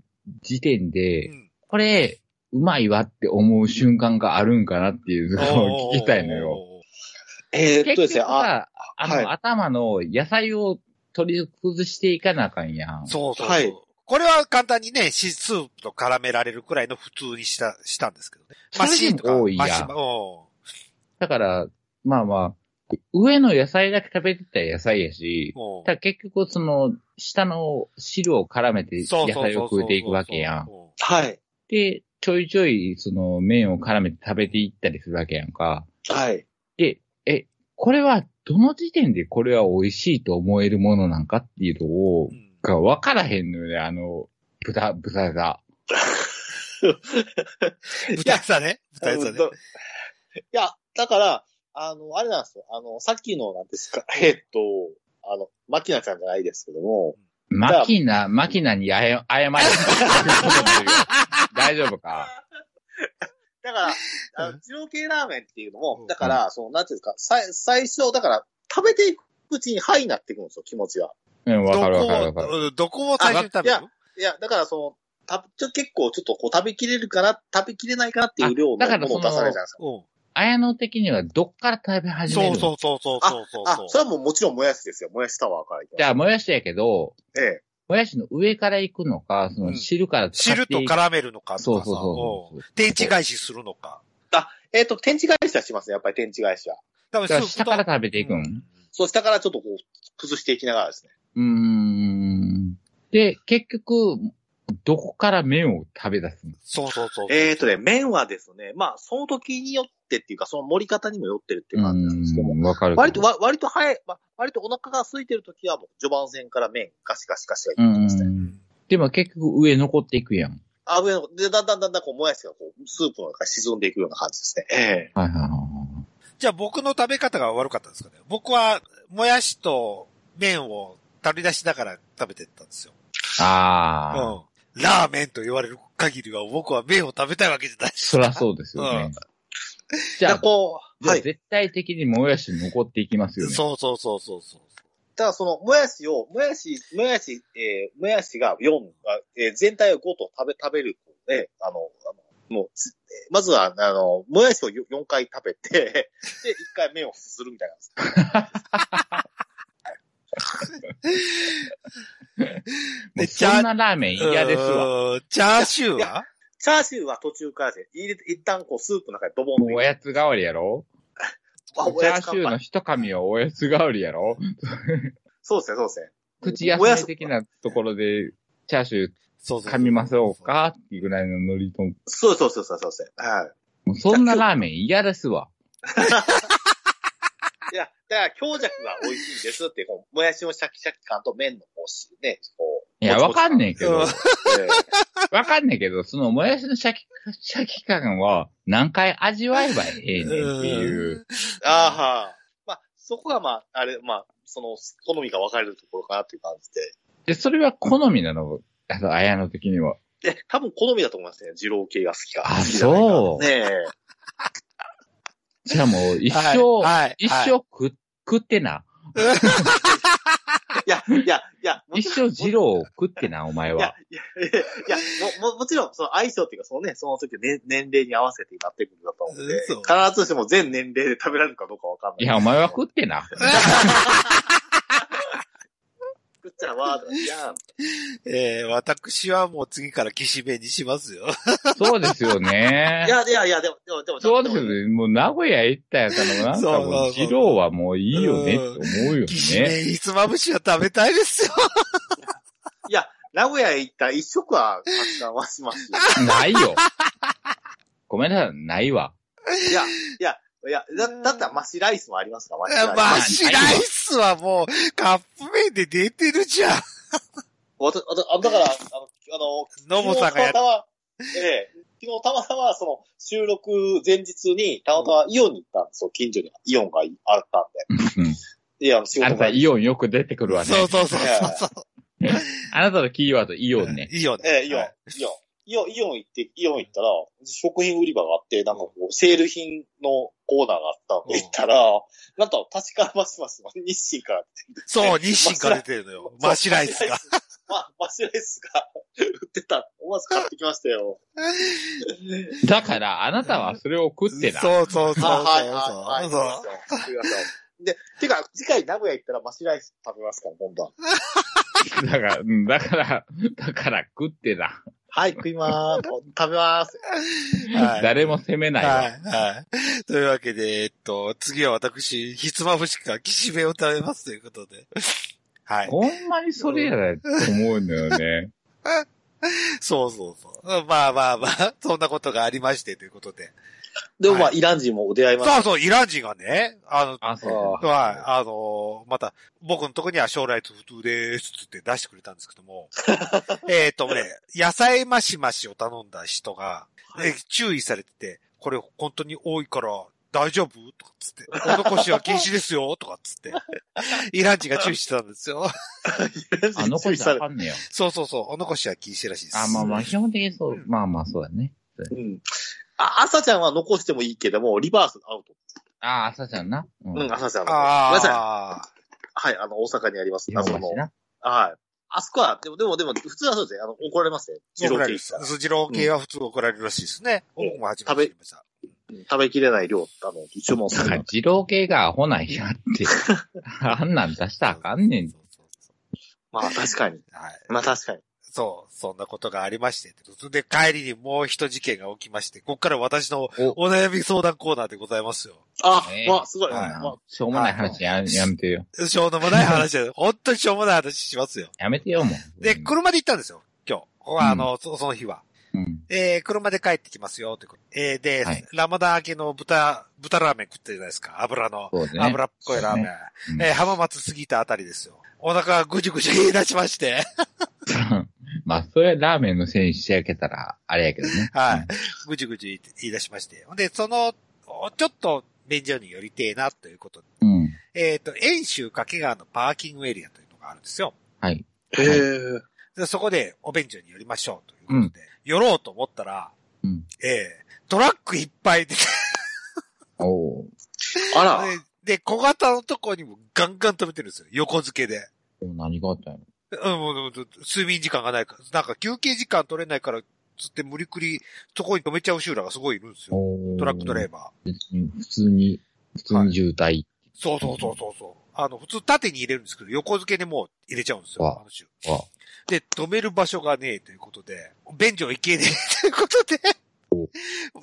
B: 時点で、
A: うん
B: これ、うまいわって思う瞬間があるんかなっていうのを聞きたいのよ。。
C: えー
B: 結
C: っとで
B: 局
C: すね、あ、
B: さ、あの、
C: はい
B: 頭の野菜を取り崩していかなあかんやん。
A: そうそうそう。
C: はい
A: これは簡単にね、しスープと絡められるくらいの普通にした、したんですけどね。
B: それでも多いやん
A: マシマ
B: だから、まあまあ、上の野菜だけ食べてたら野菜やし、
A: うん。
B: だから結局その、下の汁を絡めて野菜を食うていくわけやん。
A: う
C: はい。
B: で、ちょいちょいその麺を絡めて食べていったりするわけやんか。
C: はい。
B: で、え、これはどの時点でこれは美味しいと思えるものなんかっていうのを
A: う、ん
B: が分からへんのよね、あの、豚、豚が。
A: 豚餌ね。豚
C: う
A: 餌ね。
C: んどいや、だから、あの、あれなんですよ。あの、さっきの、なんですか、えーっと、あの、マキナちゃんじゃないですけども、
B: マキナ、マキナにあや謝れ。 大丈夫か
C: だから、あ
A: う
C: の、二郎系ラーメンっていうのも
A: うん、
C: だから、その、なんていうんですか、さい最初、だから、食べていくうちに、はいになっていくんですよ、気持ちが。
B: うん、わ
A: ど
B: かるわかるわか
A: こ
B: る。
A: を、うんどこを最初に食べる
C: あいいや、だから、その、たちょ結構、ちょっとこう、食べきれるかな、食べきれないかなっていう量のも
B: あだから
C: の
B: その
C: を出されるじゃないですか。
A: うん
B: 綾野的にはどっから食べ始める
A: そ
B: の
A: うそうそうそうそうそう。
C: あ、それはもうもちろんもやしですよ。もやしタワーからいき
B: じ
C: ま
B: ゃあ、もやしやけど、
C: す。ええ。
B: もやしの上から行くのか、その汁から使って
A: 汁と絡めるのかとかさ。
B: そうそうそうそう。
A: うん。天地返しするのか。
C: えっ、と、天地返しはしますね、やっぱり天地返しは。
A: 多
B: だ
A: 分
B: から下から食べていく。
A: うん
C: そう、下からちょっとこう、崩していきながらですね。
B: うーん。で、結局、どこから麺を食べ出すの
A: そうそうそう。
C: えっ、とね、麺はですね、まあ、その時によってっていうか、その盛り方にもよってるっていう感じなんですけども、
B: うん、わかるけど。
C: 割と、わ割と早い、まあ、割とお腹が空いてる時はもう、序盤戦から麺、ガシガシガシがいうき
B: ん
C: ましたね。
A: う
B: うんん。でも結局上残っていくやん。
C: あ、上の、で、だんだんだんだんこう、もやしがこう、スープの中に沈んでいくような感じですね。ええ
B: はいはいはいは
A: じゃあ僕の食べ方が悪かったんですかね。僕は、もやしと麺を取り出しながら食べてったんですよ。
B: い。ああ。
A: うん。ラーメンと言われる限りは僕は麺を食べたいわけじゃない。
B: そらそうですよ
A: う
B: ね
A: ん。
B: じゃ
C: だ
B: あ
C: から、こう、
B: じゃ
C: は
B: あ
C: い。
B: 絶対的にもやし残っていきますよね。
A: そうそうそうそうそう。
C: ただその、もやしを、もやし、もやし、えー、もやしが4、あえー全体を5と食べ、食べる、ね、あの、あのもう、つえーまずは、あの、もやしをよ4回食べて、で、1回麺をすするみたいなんです。
B: もう
A: で
B: そんなラーメン嫌ですわ。
A: わ。チャーシューは
C: チャーシューは途中からですね、入れて、一旦こう、スープの中にドボン
B: も
C: と
B: う
C: 入
B: お
C: れて
B: やつ代わりやろチ
C: あお
B: ャ
C: や
B: ー
C: つ
B: シューの
C: 乾杯
B: 一噛はおやつ代わりやろ
C: そうですね、そうですね。
B: 口休め的なところでチャーシュー
A: そうそうそう
B: 噛みましょうかっていうぐらいのノリと。も
C: そうですそうですそうですそうです。はい。
B: うそんなラーメン嫌ですわ。
C: いや、だから強弱が美味しいんですって、こうもやしのシャキシャキ感と麺のこうし、ね、こう。
B: いや、
C: もち
B: わ
C: もち感
B: かんねえけど、
A: うん
B: わ
C: ええ
B: かんねえけど、そのもやしのシャキ、シャキ感は何回味わえばええねんっていう。
C: ああ、まあ、そこがまあ、あれ、まあ、その、好みが分かれるところかなという感じ
B: で、それは好みなの、あの、綾野的には。
C: で。で、多分好みだと思いますね。二郎系が好きか。
B: あ
C: 好きじゃないか
B: そう
C: ねえ。
B: じゃあもう一
A: はい
B: 生、
A: はい
B: 一生
A: はい
B: 食、食ってな。一応二郎を食ってな、お前
C: いや
B: は。、
C: いや、 いや、いやも、も、もちろん、その相性っていうか、そのね、その時の年年齢に合わせてなってくるんだと思うんで、
A: そう
C: 必ずしも全年齢で食べられるかどうかわかんない。
B: いや、お前は食ってな。
C: 食っちゃわーとか、いや、
A: えー、私はもう次から岸辺にしますよ。
B: そうですよね
C: い。や、いや、いや、でも、でも、でも、
B: そうです
C: で
B: よ
C: も
B: ね。もう名古屋行ったやからもうなんかも
A: そうそう
B: う、
A: そう
B: 二郎はもういいよねって思うよ
A: 岸
B: ね。
A: 辺ひつまぶしは食べたいですよ。
C: いや、名古屋へ行ったら一食は発散はしますよ。
B: ないよ。ごめんなさい、ないわ。
C: いや、いや、いや、だ、だったらマシライスもありますから、マシ
A: マ
C: ライス。
A: シライスはもうカップ麺で出てるじゃん。
C: わたわたあだから、あの、あ
A: ノ
C: の、
A: ボさんがやっ
C: 昨日たまたま、ええ昨日たまたま、その、収録前日に、たまたまイオンに行ったんですよ。近所にイオンがあった ん
B: うん
C: で。いや、仕
B: あな
C: 事
B: た
C: が。
B: イオンよく出てくるわね。
A: そうそうそう
C: え
A: そう
B: あなたのキーワードイオンね。
A: いいよね。
C: ええイオン、
A: は
C: イ
A: い
C: オン。イオン、イオン行って、イオン行ったら、食品売り場があって、なんかこう、セール品のコーナーがあったん
A: う
C: で、
A: ん
C: 行ったら、なんと、立川マシマシの日清から、
A: そう、日清から出てるのよ。マシライスが。
C: ま、マシライスが売ってた。思わず買ってきましたよ。
B: だから、あなたはそれを食ってな。
A: そうそうそうそう
C: あはい、はい、はい。
A: そう
C: 行きましょうで、てか、次回名古屋行ったらマシライス食べますから、今度は。
B: だから、うんだから、だから食ってな。
C: はい、食いまーす。食べまーす。
A: はい
B: 誰も責めないわ。
A: はい、はい。というわけで、えっと、次は私、ひつまぶしか岸辺を食べますということで。はい。
B: ほんまにそれやだと思うんだよね。
A: そうそうそう。まあまあまあ、そんなことがありましてということで。
C: でもまあ、
A: は
C: イラン人もお出会いま
A: そう
C: す。
A: そう、イラン人がね、 あの、
B: あ、そう。
A: はい、あのまた、僕のとこには将来と普通ですっつって出してくれたんですけど も、えっとね、野菜マシマシを頼んだ人が、え注意されてて、これ本当に多いから大丈夫とかっつって、お残しは禁止ですよとかっつっ て、イラン人が注意してたんですよ。
C: イラン
B: あ、
C: 人注
B: 残
C: 意
B: したら
C: さ
B: あ
C: れ
B: かんねよ。
A: そうそうそう、お残しは禁止らしいです。。
B: あ、まあまあ、基本的にそううんまあまあ、そうだね。
C: うん。あ、朝ちゃんは残してもいいけども、リバースアウト。
B: ああ、朝ちゃんな。うん
C: うん、朝ちゃんの。ごめんなさい。
A: ああ。
C: はい、あの、大阪にあります。
B: 今
C: 謎
B: ま
C: の
B: し。な。
C: はい。あそこは、でも、でも、でも、普通はそうですね。あの、怒られますね。二郎
A: 怒られ
C: 系
A: る。
C: 食
A: そう二郎系は普通怒られるらしいですね。
C: うん
A: 僕も初めて知りました。
C: べきれない量、あの、注文
B: だ
C: さ
B: か
C: れ
B: ら
C: る。、
B: 二郎系がアホな んやって。あんなん出したらあかんねん。
A: そうそうそ
C: まあ、確かに。
A: うはい。
C: まあ、確かに。
A: そう、そんなことがありまして。で、帰りにもう一事件が起きまして、ここから私の
B: お
A: お悩み相談コーナーでございます よ。
C: あ
B: ね、え
C: まあ、すごい。
A: はい
C: まあ
B: しょうもない話ややめてよ。
A: しょうもない話だよ。 本当にしょうもない話しますよ。
B: やめてよ、もう。
A: で、車で行ったんですよ。今日。ここはあの、そその日は。
B: うん。
A: えー、車で帰ってきますよ、ってこと。えー、で、
B: はい
A: ラマダン明けの豚、豚ラーメン食ってるじゃないですか。油の。
B: そうね。
A: 油っぽいラーメン。
B: うん
A: えー、浜松過ぎたあたりですよ。お腹がぐじゅぐじゅ言い出しまして。
B: まあ、それはラーメンのせいにしてあげたら、あれやけどね。
A: はい。ぐじゅぐじゅ言い出しまして。ほんで、その、おちょっと、便所に寄りてえな、ということで。
B: うん。
A: えっ、と、遠州掛川のパーキングエリアというのがあるんですよ。
B: はい。
C: へえ。
A: で、そこでお便所に寄りましょうということで、寄ろうと思ったら、
B: うん
A: ええトラックいっぱい出て、
B: おー
C: あら。
A: で、小型のとこにもガンガン止めてるんですよ。横付けで。
B: 何があったんやろ
A: うん、もうもう睡眠時間がないから、なんか休憩時間取れないから、つって無理くり、そこに止めちゃう集落がすごいいるんですよ。
B: おー
A: トラックドライバー。
B: 普通に、普通に渋滞
A: そうそうそうそうそう。あの、普通縦に入れるんですけど、横付けでもう入れちゃうんですよ。
B: わ
A: あの種
B: は、
A: で、止める場所がねえということで、便所行けねえということで、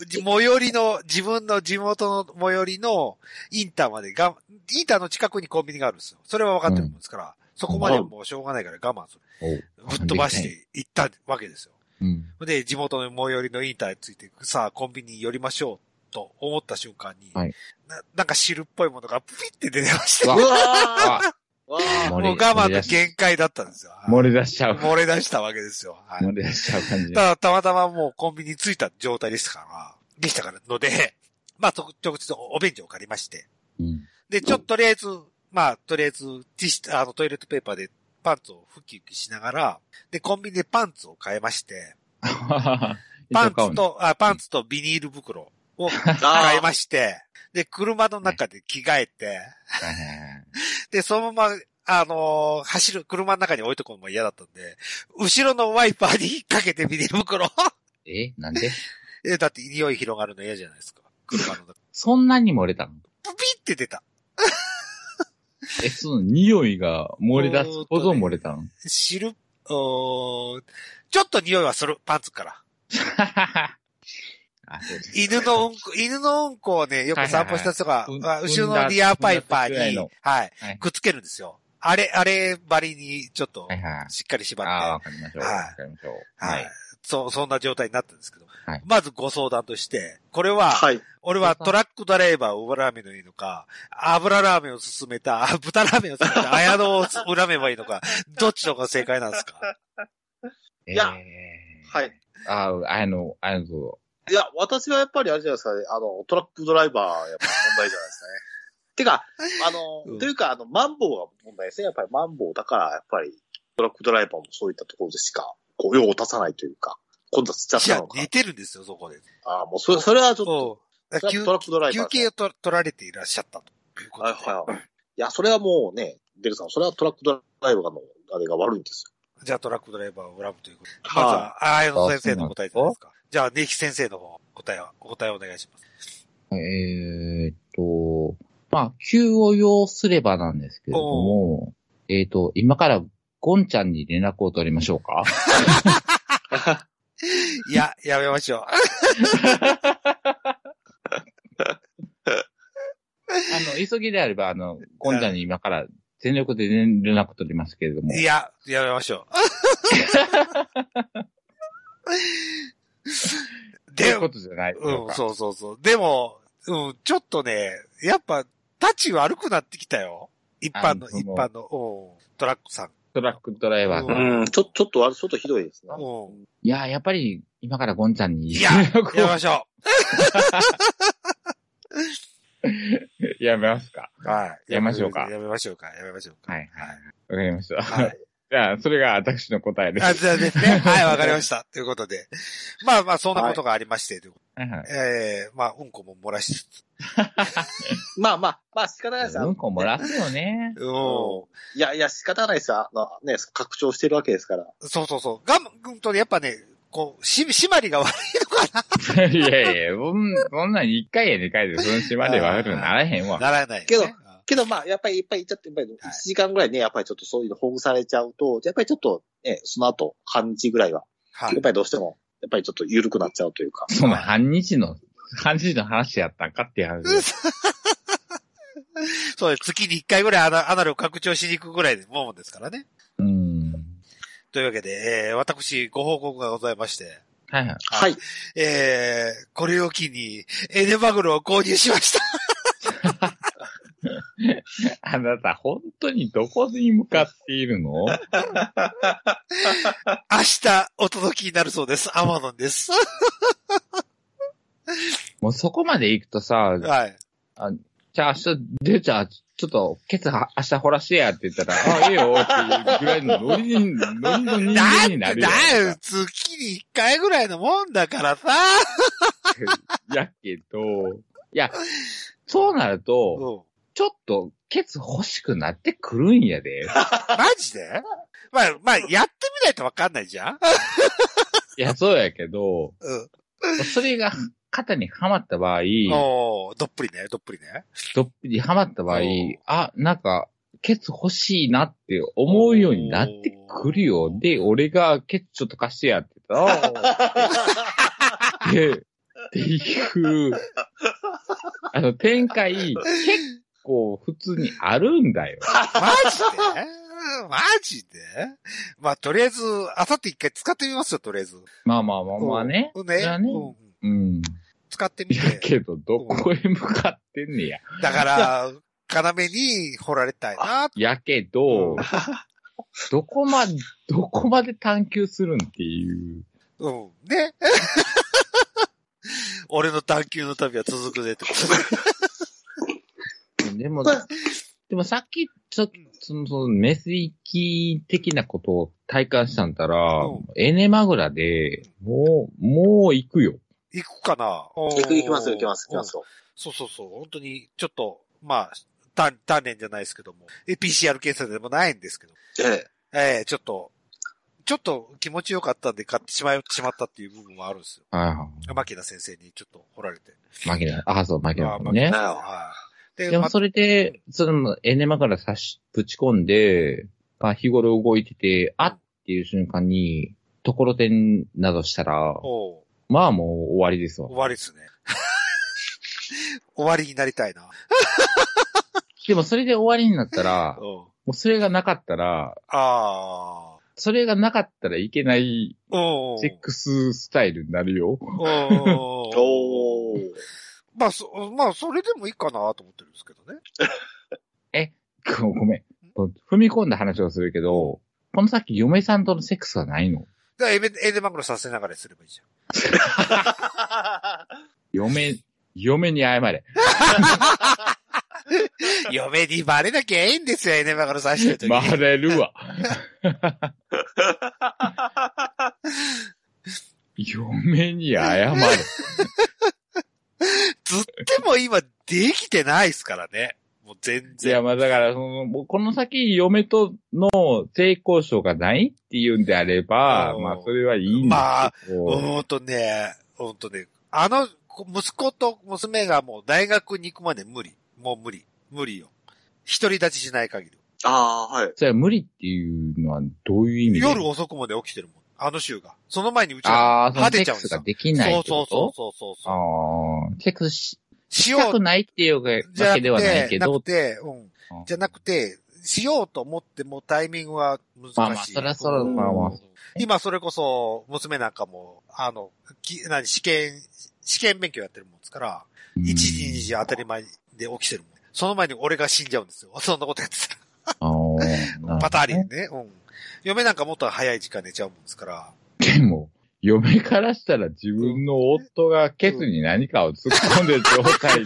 A: じ 最寄りの、自分の地元の最寄りのインターまでが、インターの近くにコンビニがあるんですよ。それは分かってるもんですから、そこまではもうしょうがないから我慢する。ぶっ飛ばし。て行ったわけですよ。
B: おうん。
A: で、地元の最寄りのインターについて、さあ、コンビニに寄りましょう、と思った瞬間に、
B: はい
A: ななんか汁っぽいものがプピって出てまし
B: う
A: た。
B: わ
C: うわ
B: あ
C: ーわー
A: もう我慢の限界だったんですよ。
B: 漏
A: れ、
B: れ出しちゃう。
A: 漏れ出したわけですよ。はい
B: 漏れ出しちゃう感じ
A: た。だ、たまたまもうコンビニに着いた状態でしたから、でしたからので、 まあ、と直接お便所を借りまして、
B: うん。
A: で、ちょっととりあえず、まあ、とりあえず、ティッシュ、あの、トイレットペーパーでパンツをふきふきしながら、で、コンビニでパンツを買いまして、パンツと、あパンツとビニール袋を買いまして、で、車の中で着替えて、
B: はいはいはい
A: で、そのまま、あのー走る、車の中に置いとくのも嫌だったんで、後ろのワイパーに引っ掛けてビニール袋。
B: えなんで
A: え、だって匂い広がるの嫌じゃないですか。車の中。
B: そんなに漏れたの
A: プピって出た。
B: え、その匂いが漏れ出すほど漏れたの、
A: 汁、おーちょっと匂いはする、パンツから。
B: あそうです
A: 犬のうんこ、犬のうんこをね、よく散歩した人が、
B: はいはい
A: あ
B: はい
A: 後ろのリアパイパー
B: 踏んだ時ぐらい
A: に
B: の、
A: はい
B: はい、
A: くっつけるんですよ。あれ、あればりに、ちょっと
B: は、いはい。
A: しっかり縛って、
B: ああ、わかりましょう。
A: はい
B: わかりましょう。
A: は
B: はいい。。
A: そ、そんな状態になったんですけど、
B: はい
A: まずご相談として、これは、
C: はい。
A: 俺はトラックドライバーを恨めのいいのか、油ラーメンを勧めた、あ豚ラーメンを勧めた、綾野を恨めばいいの か、どっちの方が正解なんですか
B: え
C: いやは。い。
B: ああ、あの、あの、そ
C: いや、私はやっぱりあれじゃないですかね、あの、トラックドライバー、やっぱ問題じゃないですかね。 てか、あの、
A: うん
C: というか、あの、マンボウが問題ですね。やっぱりマンボウだから、やっぱり、トラックドライバーもそういったところでしか、こう、用を足さないというか、今度はしちゃっ
A: い
C: た
A: や
C: の、か
A: 寝。てるんですよ、そこで。
C: ああ、もう、それ、それはちょっと、
A: うん
C: それ
A: 休
C: はトラックドライバー
A: 休憩をと取られていらっしゃったということ
C: は
A: で。
C: いはいはい。いや、それはもうね、デルさん、それはトラックドライバーの、あれが悪いんですよ。
A: じゃあトラックドライバーを恨むということで。
C: はい
A: まずは、綾野先生の答えじゃないですか。じゃあ、ネキ先生の方、答えは、お答えをお願いします。
B: う。えーっと、まあ、急を要すればなんですけれども、えーっと、今からゴンちゃんに連絡を取りましょう か
A: いや、やめましょう。
B: あの、急ぎであれば、あの、ゴンちゃんに今から全力で連絡取りますけれども。
A: いや、やめましょ う。
B: そうい
A: で
B: うことじゃないでしょ
A: う
B: う
A: ん、
B: か。
A: そうそうそう。でも、うん、ちょっとね、やっぱ、立ち悪くなってきたよ。一般の、
B: あの
A: 一般の、うんトラックさん。
B: トラックドライバー
A: う
B: が。
C: ん、ちょ、ちょっと、あれ、ちょっとひどいですね。
A: うん。
B: いや、やっぱり、今からゴンちゃんに
A: いや
B: 連絡
A: やめ
B: を
A: ましょ
B: やめますか。
A: う。はい。
B: やめましょうか
A: やめましょうか。やめましょうか。
B: はいはい。わかりました。
A: はい。はい。
B: じゃあ、それが私の答えです。
A: あ、じゃあ ですね。はい、わかりました。ということで。まあまあ、そんなことがありまして、ということ
B: はいはい
A: でええまあ、うんこも漏らしつつ。
C: まあまあ、まあ仕方ないですよ。
B: うんこもらすよね。
A: うん。
C: いやいや、仕方ないですよ。あの、ね、拡張してるわけですから。
A: そうそうそう。がん、うんとね、やっぱね、こう、し、締まりが悪い
B: いやいや、そんそんなに一回や二回でその島で悪くならへんわ。
A: ならない、ね。
C: けど
A: うん、
C: けどまあ、やっぱりいっぱい行っちゃって、やっぱり1時間ぐらいね、やっぱりちょっとそういうのほぐされちゃうと、やっぱりちょっとね、その後、半日ぐらいは、
A: は
C: やっぱりどうしても、やっぱりちょっと緩くなっちゃうというか。
B: その半日の、半日の話やったんかっていう話です。
A: そうです。月に1回ぐらいアナアナルを拡張しに行くぐらいのもんですからね。
B: うん。
A: というわけで、えー、私、ご報告がございまして、
B: はいはい。
C: はい。
A: えー、これを機に、エネマグロを購入しました。
B: あなた、本当にどこに向かっているの
A: 明日、お届けになるそうです。アマゾンです。
B: もうそこまで行くとさ、
A: はい。
B: じゃあ明日、で、じゃあ、ちょっと、ケツは明日掘らしてやって言ったら、あ、ええよっていうぐらいのノリに、ノリの人
A: だ
B: 間
A: っ
B: に
A: て、
B: な
A: だ
B: るよ。
A: よ、月に1回ぐらいのもんだからさ。
B: やけど、いや、そうなる
A: う
B: と、
A: ん。
B: ちょっと、ケツ欲しくなってくるんやで。
A: マジでまあ、まあ、やってみないとわかんないじゃん
B: いや、そうやけど、
A: うん。
B: それが肩にはまった場合、
A: おーどっぷりね、どっぷりね。
B: どっぷりはまった場合
A: おー、
B: あ、なんか、ケツ欲しいなって思うようになってくるよ。で、俺がケツちょっと貸してやってた で、っていう、あの、展開、結構普通にあるんだよ。
A: マジでマジでまあ、とりあえず、あさって一回使ってみますよ、とりあえず。
B: まあまあまあまあね。
A: うん
B: じゃあ
A: ね
B: ね。
A: うん
B: うん。
A: 使ってみ
B: いや
A: て。
B: けど、どこへ向かってんねや。
A: だから、要に掘られたいな。
B: やけど、どこま、どこまで探求するんっていう。
A: うん。ね。俺の探求の旅は続くぜってことね
B: でも
C: まあ、
B: でもさっき、ちょっと、その、その、メス行き的なことを体感したんだら、
A: うん
B: エネマグラで、もう、もう行くよ。
A: 行くかな
C: 行く、行きますよ、行きます、行きます
A: うん
C: よ。
A: そうそうそう。本当に、ちょっと、まあ、鍛鍛錬じゃないですけども、え PCR 検査でもないんですけど、
C: ええ。
A: ええちょっと、ちょっと気持ちよかったんで買ってしまい、しまったっていう部分もあるんですよ。
B: はいは
A: 牧田先生にちょっと掘られて。
B: い。負けない。ああ、そう、負け
A: あ
B: ない
A: あ、
B: ね。
A: 田はい。で、
B: でも
A: ま
B: それで、その、エネマから差し、ぶち込んで、まあ日頃動いてて、あっていう瞬間に、ところてんなどしたら、
A: おう
B: まあもう終わりですわ
A: 終。わりですね。 終わりになりたいな。
B: でもそれで終わりになったら、
A: うん。
B: もうそれがなかったら、
A: ああ。
B: それがなかったらいけない
A: おうおう
B: セックススタイルになるよ。
A: お うおう
C: おー。
A: まあ、そ、まあ、それでもいいかなと思ってるんですけどね。
B: ごめん。踏み込んだ話をするけど、この先嫁さんとのセックスはないの
A: だからエベエデマグロさせながらにすればいいじゃん。
B: 嫁、嫁に謝 れ。
A: 嫁にバレなきゃいいんですよ、エネマガロさんしてるとき。
B: バレる わ。 嫁に謝れ。
A: つっても今、できてないですからね。もう全
B: いや、
A: 然。
B: まあだから、その、もうこの先嫁との性交渉がないっていうんであれば、
A: うん
B: まあそれはいいん
A: ま
B: だ
A: あ
B: けど、
A: ほんとね、ほんとね、あの、こ息子と娘がもう大学に行くまで無理。もう無理。無理よ。独り立ちしない限り。
C: ああ、はい。
B: それは無理っていうのはどういう意味で
A: 夜遅くまで起きてるもん。あの週が。その前にうち
B: あ
A: が
B: あ、その
A: 果
B: セ
A: てちゃ
B: ッ
A: うんで
B: クス
A: す
B: が
A: よ。
B: できない
A: そ
B: っ
A: う
B: てこ
A: そう
B: と
A: そうそうそう
B: あ
A: そう。
B: あ、セックスし、
A: し
B: した
A: よ
B: く
A: う
B: ないっていうわ
A: じゃな
B: け
A: く
B: ではない
A: て、
B: け
A: な
B: ど
A: く、て、うん。じゃなくて、しようと思ってもタイミングは難しい。
B: まあまあそらそら
A: うん
C: まあまあ
A: 今それこそ、娘なんかも、あの、き何、試験、試験勉強やってるもんですから、
B: うん
A: 1時、2時当たり前で起きてるもん。その前に俺が死んじゃうんですよ。そんなことやってた
B: あーなるほど
A: ら。
B: ね
A: パターリンね。うん。嫁なんかもっと早い時間寝ちゃうもんですから。
B: でも、嫁からしたら自分の夫がケツに何かを突っ込んでる状 態で、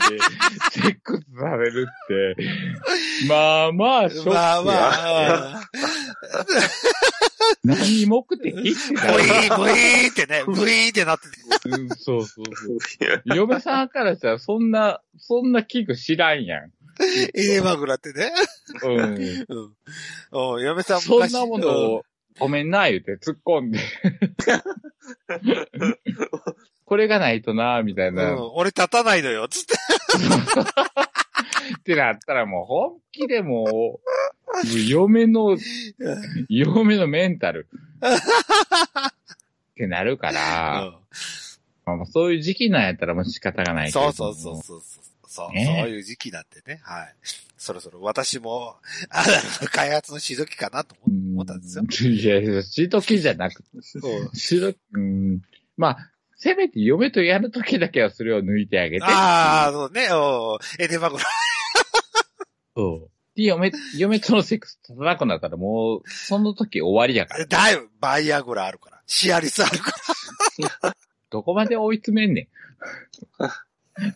B: セックスされるって、まあまあ、ショックや。
A: まあまあ、
B: 何目的って
A: ブ
B: なる
A: イーン、ブイーンって ね、ブイーンってなってて。
B: うんそうそうそう。嫁さんからしたら、そんな、そんな器具知らん やん。
A: エレマグラってね。
B: うん。
A: うん。お嫁さん
B: そ
A: 昔
B: んなもの
A: うん
B: を、ごめんな、言うて突っ込 んで。これがないとな、みたいな。
A: うん、俺立たないのよ、つって。
B: ってなったらもう本気でもう、嫁の、嫁のメンタル。ってなるから、まあまあそういう時期なんやったらもう仕方がないけれど
A: そう
B: も
A: そうそうそうそう。そう、
B: ね
A: そういう時期なんでね。はい。そろそろ私も、あなたの開発のしどきかなと
B: うん
A: 思ったんですよ。
B: いやいや、しときじゃなくて、しとき、うん。まあ、せめて嫁とやるときだけはそれを抜いてあげて。
A: ああ、そうね、おうエデマグラ。
B: そう。で、嫁、嫁とのセックス立たなくなったらもう、その時終わりやから。
A: だいぶ、バイアグラあるから。シアリスあるから。
B: どこまで追い詰めんねん。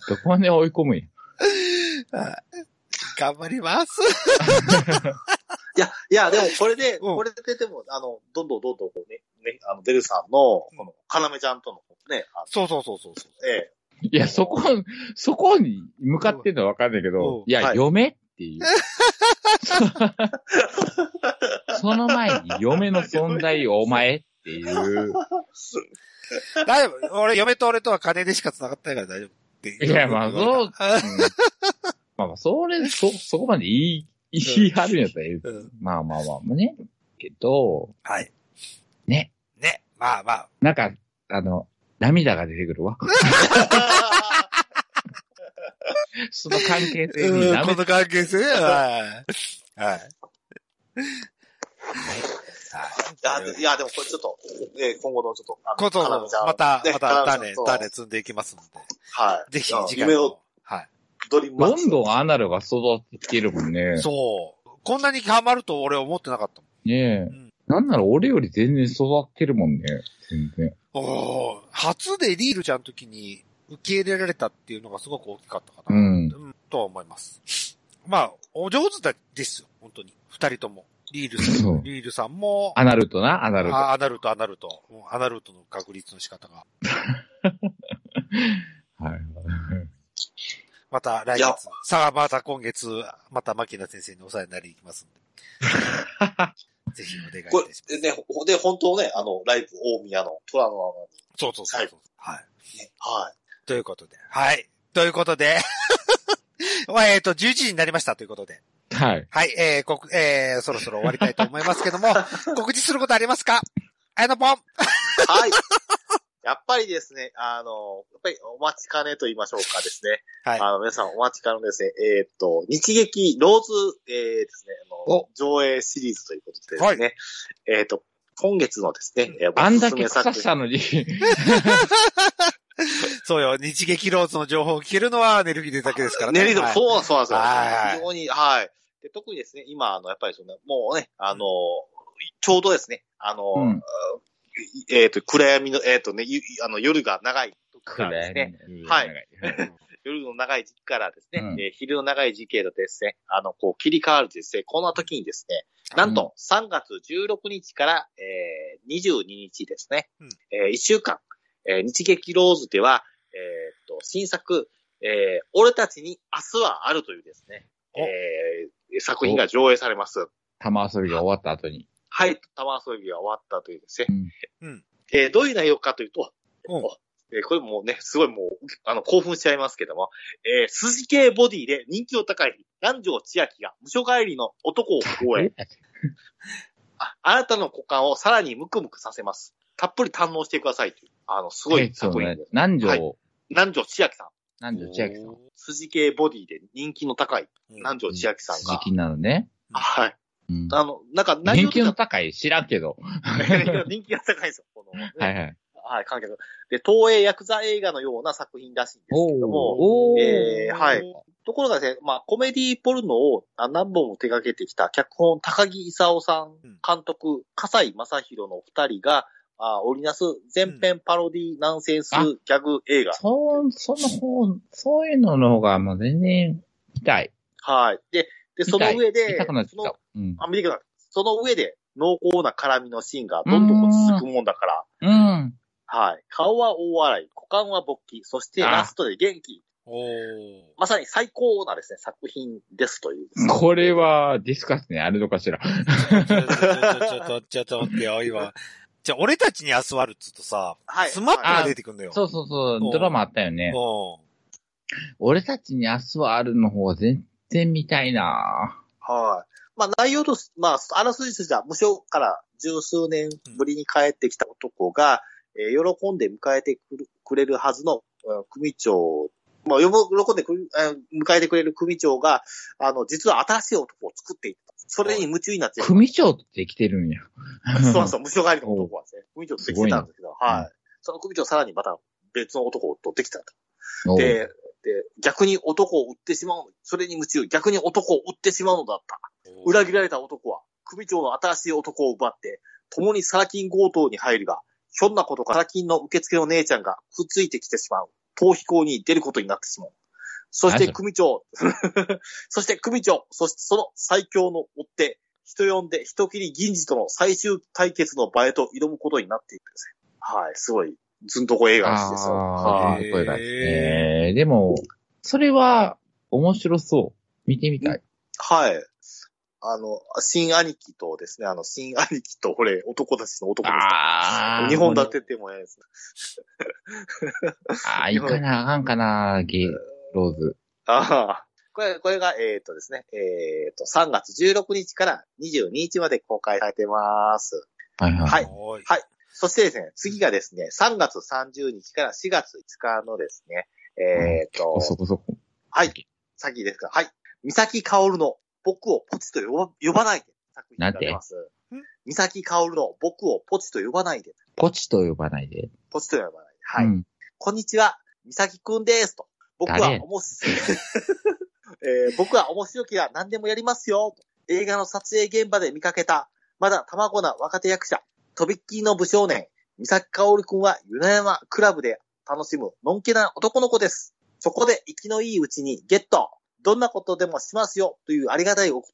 B: どこまで追い込むんや。
A: 頑張ります。
C: いや、いや、でもこれで、
A: うん
C: これででも、あの、どんどんどんどんこうね、ね、あの、デルさんの、この、カナメちゃんとのね、あ
A: そうそうそうそうそう。
C: の、 え
B: いや、そこ、そこに向かってんのはわかんないけ
A: うん
B: ど、いや、
C: はい
B: 嫁っ ていう。その前に嫁の存在をお前っていう。
A: だいぶ、俺、嫁と俺とは金でしか繋がってないから大丈夫って。
B: いやまあそう
A: あ
B: うんまあまあ、それ、そ、そこまで言い、言い張るんやったらええ
A: うん。
B: まあまあまあ、ね。けど、
A: はい。
B: ね。
A: ね。まあまあ。
B: なんか、あの、涙が出てくるわ。その関係性に
A: うん、こ
B: 涙。
A: の関係性ね。はい。はい。
C: あ
A: はい
C: い。や、でもこれちょっと、え今後のちょっと、あの
A: こと
C: カナメちゃん
A: また、
C: ね
A: また
C: カナメ
A: 種
C: ちゃんと、
A: 種積んでいきますので、
C: はい。
A: ぜひ
C: あの
A: 次回
C: 夢を
A: も。は
C: ドリームマ
B: ど
C: ッチ
B: んどんアナルが育ってきてるもんね
A: い。。そう。こんなにハマると俺思ってなかった
B: ねえ
A: うん。
B: なんなら俺より全然育ってるもんね。全然。
A: もん。おー初でリールちゃんの時に受け入れられたっていうのがすごく大きかったか
B: う
A: な、
B: ん。
A: うんとは思います。まあ、お上手だですよ、本当に。二人とも。リールさ
B: そ
A: ん
B: う
A: リールさんも、
B: アナルトな、アナルト。
A: あアナルト、アナルト。うんアナルトの確率の仕方が。
B: はい。
A: また来
C: いや
A: 月、さあまた今月、また牧野先生にお世話になりに行きますん で。ぜひお願いいたし
C: こ
A: ます。
C: れ、ね、ほで、本当ね、あの、ライブ、大宮の、虎の穴
A: そうそうそうそう。はい。
C: にね。はい。
A: ということで。はい。ということで。 まあえっと、11時になりましたということで。
B: はい。
A: はい、えー、こく、えー、そろそろ終わりたいと思いますけども、告知することありますかあやのぽん
C: はい。やっぱりですね、あの、やっぱりお待ちかねと言いましょうかですね。
A: はい
C: あの、皆さんお待ちかねのですね、えーっと、日劇ローズ、えーですね、あの
A: お、
C: 上映シリーズということでですね、えーっと、今月のですね、えー
B: あんだ
C: お
B: け
C: すすめ作
B: 腐
C: 品
B: したのに。
A: そうよ、日劇ローズの情報を聞けるのは、ネルギでだけですからね。
C: ね、でも
A: はい
C: そうなんですそうなんですよ。
A: はい
C: 非常に、はい。で特にですね、今、あの、やっぱりその、もうね、あの、ちょうどですね、あの、
B: うん
C: えっ、と、暗闇の、えっ、とね、ゆあの夜が長い時からですね、はい夜の長い時期からですね、
B: うん
C: えー昼の長い時期へとですね、あの、こう切り替わるですね、こんな時にですね、なんと3月16日から、えー22日ですね、
A: うん
C: え1週間、えー日劇ローズでは、えーっと、新作、えー俺たちに明日はあるというですね、
A: お
C: えー作品が上映されます。
B: 玉遊びが終わった後に。
C: はい、玉遊びが終わったというですね、
A: うんうん
C: えーどういう内容かというと、
A: うん
C: えーこれもうね、すごいもう、あの、興奮しちゃいますけども、えー筋系ボディで人気の高い南條千秋が無所帰りの男を応援。ああなたの股間をさらにムクムクさせます。たっぷり堪能してくださいという。あの、すごい
B: そ
C: 作
B: う
C: 品
B: ね
C: です。。
B: 南
C: は
B: 條、
C: 南條千秋さん。
B: 南條千秋さん。
C: 筋系ボディで人気の高い南條千秋さん
B: 好。
C: が
B: きなのね。
C: はい。
B: うん
C: あの、なんか内
B: 人
C: 容
B: 気
C: 的に
B: の
C: は
B: 高い知らんけど。
C: 人気が高いんですよ。この、ね
B: はいはい。
C: はい、観客。で、東映ヤクザ映画のような作品らしいんですけども、
B: おー
C: えーはい。ところがですね、まあ、コメディポルノをあ何本も手掛けてきた脚本、高木勲さん
A: うん、
C: 監督、笠井正宏の二人が、あ織りなす全編パロディナンセンス
B: あ
C: ギャグ映画。
B: そう、その方、そういうのの方がもう全然痛い。
C: はい。で、で、その上で
B: 痛くなっ、てき
C: その
B: た、。うん。
C: あ、見てください。その上で、濃厚な絡みのシーンがどんどん続くもんだから、
B: うん。
C: はい。顔は大笑い、股間は勃起、そして
B: あ
C: ラストで元気。
A: おー
C: まさに最高なですね、作品ですというですね。
B: これはディスカスにあるのかしら。
A: ちょ、ちょ、ちょ、ちょ、ちょ、ちょ、待ってよ、今。じゃあ、俺たちに明日あるっつうとさ、
C: はい
A: スマップが出てくんのよ。
B: そうそうそう
A: お、う
B: ドラマあったよね。
A: うん。
B: 俺たちに明日はあるの方は全然見たいな
C: はい。まあ内容とし、まあ、あらすじとしては、無償から十数年ぶりに帰ってきた男が、えー喜んで迎えてくるくれるはずのうん組長、まあ、よぼ喜んでくる、えー迎えてくれる組長が、あの、実は新しい男を作っていた。それに夢中になって、そう
B: 組長って来てるんや。
C: なんですよ、無償帰りの男はですね、組長とできてたんですけど、
B: いな
C: はい。その組長をさらにまた別の男を取ってきたと。
B: おう
C: で、で、逆に男を売ってしまう、それに夢中、逆に男を売ってしまうのだった。裏切られた男は、組長の新しい男を奪って、共にサラ金強盗に入るが、ひょんなことからサラ金の受付の姉ちゃんがくっついてきてしまう。逃避行に出ることになってしまう。そして
B: 何
C: 組長、 そして組長、そしてその最強の追っ手、人呼んで人切り銀次との最終対決の場へと挑むことになっていくんですね。はい、すごい、ずんとこ映画らしいですよ。
B: あ
C: は
B: あ、
C: い。
A: へー
B: これだ。えー、でも、それは面白そう。見てみたい。
C: はい。あの、新兄貴とですね、あの、新兄貴と、これ、男たちの男です
B: ああ、
C: 日本だっててもええです。
B: ああ、行かなあかんかな、ゲローズ。
C: ああ。これ、これが、えっ、とですね、えっ、と、3月16日から22日まで公開されてます。
B: はい
C: は
B: はいい。
A: おーい
C: そしてですね、次がですね、3月30日から4月5日のですね、えっ、と、
B: そこそこ。
C: はい。先ですか。はい。三崎薫の僕をポチと呼ば呼ばないで。作品になります
A: なん。
C: 三崎薫の僕をポチと呼ばないで。
B: ポチと呼ばないで。
C: ポチと呼ばないで。はい。
B: うん
C: こんにちは、みさきくんですと。僕は
B: 誰
C: 面白い、 えー僕は面白きは何でもやりますよ。映画の撮影現場で見かけた、まだ卵な若手役者、とびっきりの武少年、みさきかおるくんは湯な山クラブで楽しむのんけな男の子です。そこで生きのいいうちにゲットどんなことでもしますよというありがたいおお言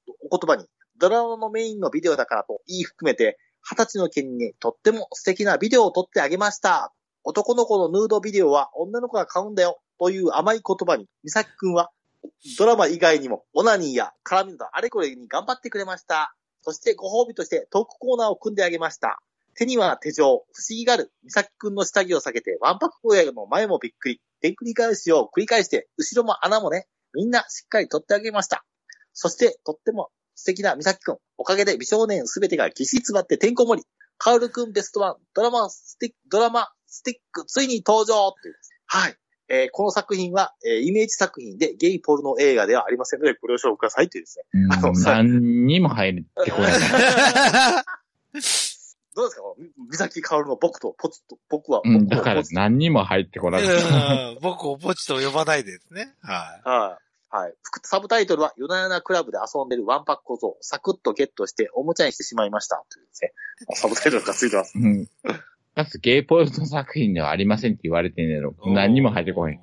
C: 葉に、ドラマのメインのビデオだからと言い含めて、二十歳の件にとっても素敵なビデオを撮ってあげました。男の子のヌードビデオは女の子が買うんだよ。という甘い言葉に、美咲くんは、ドラマ以外にも、オナニーや絡みなどあれこれに頑張ってくれました。そしてご褒美としてトークコーナーを組んであげました。手には手錠、不思議がある、美咲くんの下着を避けて、ワンパク公演の前もびっくり、でんくり返しを繰り返して、後ろも穴もね、みんなしっかり取ってあげました。そして、とっても素敵な美咲くん、おかげで美少年すべてがぎっしり詰まっててんこ盛り、カウルくんベストワン、ドラマスティック、ドラマスティック、ついに登場っていうはい。えーこの作品は、えーイメージ作品でゲイポルノ映画ではありませんので、ご了承くださいというですね。
B: うん
C: あそうそう
B: 何にも入って こない。
C: どうですかこのみ美咲カオルの僕とポツと、僕は、
B: うん、
C: 僕
B: だ
C: は
B: から
C: ポツと
B: 何にも入ってこなかった。
A: うん僕をポチと呼ばないですね。は
C: はい。はい。副サブタイトルは、夜な夜なクラブで遊んでるワンパック小僧、サクッとゲットして、おもちゃにしてしまいました。というですね。サブタイトルがついてます。
B: うん。かつ、ゲイポルト作品ではありませんって言われてんねやろ。
A: い。
B: 何にも入ってこへん。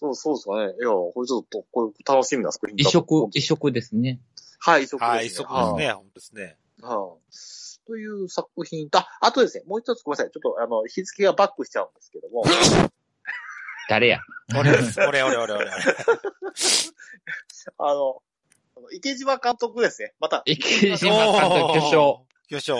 C: そう、そうですかね。いや、これちょっと、これ楽しみな作品だ
B: 移植、移植ですね。
C: はい、移植です、ね。
A: はい、そこですね。本当ですね。
C: はあ、という作品と、ああとですね、もう一つごめんなさい。ちょっと、あの、日付がバックしちゃうんですけども、
B: 誰や
A: 俺です、俺、俺、俺、俺。
C: あの、池島監督ですね。また、
B: 池島監督巨匠。
A: 巨匠。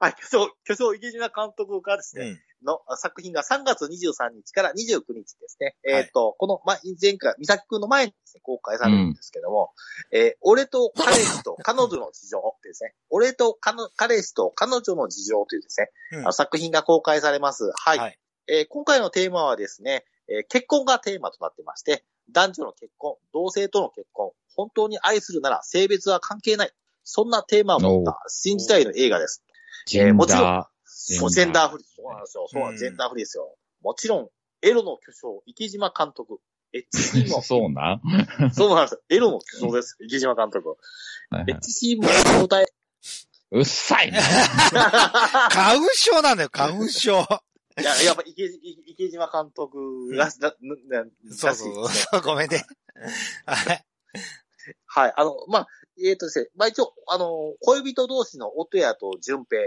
C: あ、巨匠、巨匠池島監督がです
A: う
C: ね、
A: ん。
C: のあ作品が3月23日から29日ですね。
A: はい
C: えっ、と、この、ま、前回、美咲くんの前にですね、公開されるんですけども、えー俺と彼氏 と彼女の事情ってですね、俺と彼女彼氏と彼女の事情というですね、
A: うん
C: あの作品が公開されます。はい。
A: はい
C: えー今回のテーマはですね、えー結婚がテーマとなってまして、男女の結婚、同性との結婚、本当に愛するなら性別は関係ない。そんなテーマを持った新時代の映画です。
B: ジェン
C: もちろん
B: ダ
C: そう、ジェンダーフリー。そうなんですよ。そうなん
A: うん
C: ジェンダーフリーですよ。もちろん、エロの巨匠、池島監 督。HC
B: ー。
C: も、
B: そうな。
C: そうなんですよ。エロの巨匠です。池島監督。HC も相対、
B: うっさいな。
A: 花粉症なのよ、花粉症。
C: いや、やっぱ池池島監督らし、らららしい
A: そう
C: ですね
A: そうそう。ごめんね。はい。
C: はい。あの、まあ、えっ、とですね、まあ、一応、あの、恋人同士の音屋と順平、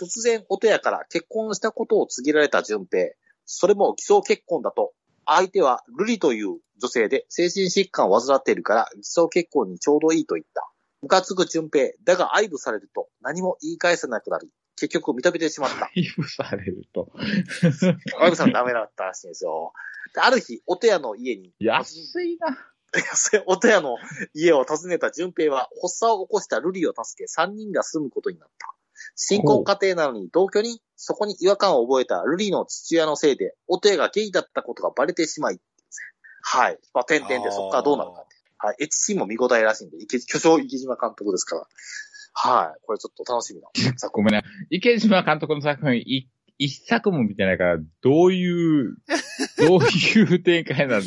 C: 突然音屋から結婚したことを告げられた順平、それも偽装結婚だと、相手は瑠璃という女性で精神疾患を患っているから偽装結婚にちょうどいいと言った。ムカつく順平、だが愛撫されると何も言い返せなくなり、結局認めてしまった。
B: 配布されると。
C: 愛撫さんダメだったらしいんですよ。である日、音屋の家に
B: 安いな。
C: おとやの家を訪ねた順平は、発作を起こしたルリを助け、三人が住むことになった。新婚家庭なのに同居に、そこに違和感を覚えたルリの父親のせいで、おとやがゲイだったことがバレてしまい、はい。まあ、点々で、そこからどうなるかって。はい。HC も見応えらしいんで、池巨匠池島監督ですから。はい。これちょっと楽しみな。
B: ごめんな。池島監督の作品、い一作も見てないから、どういう、どういう展開なの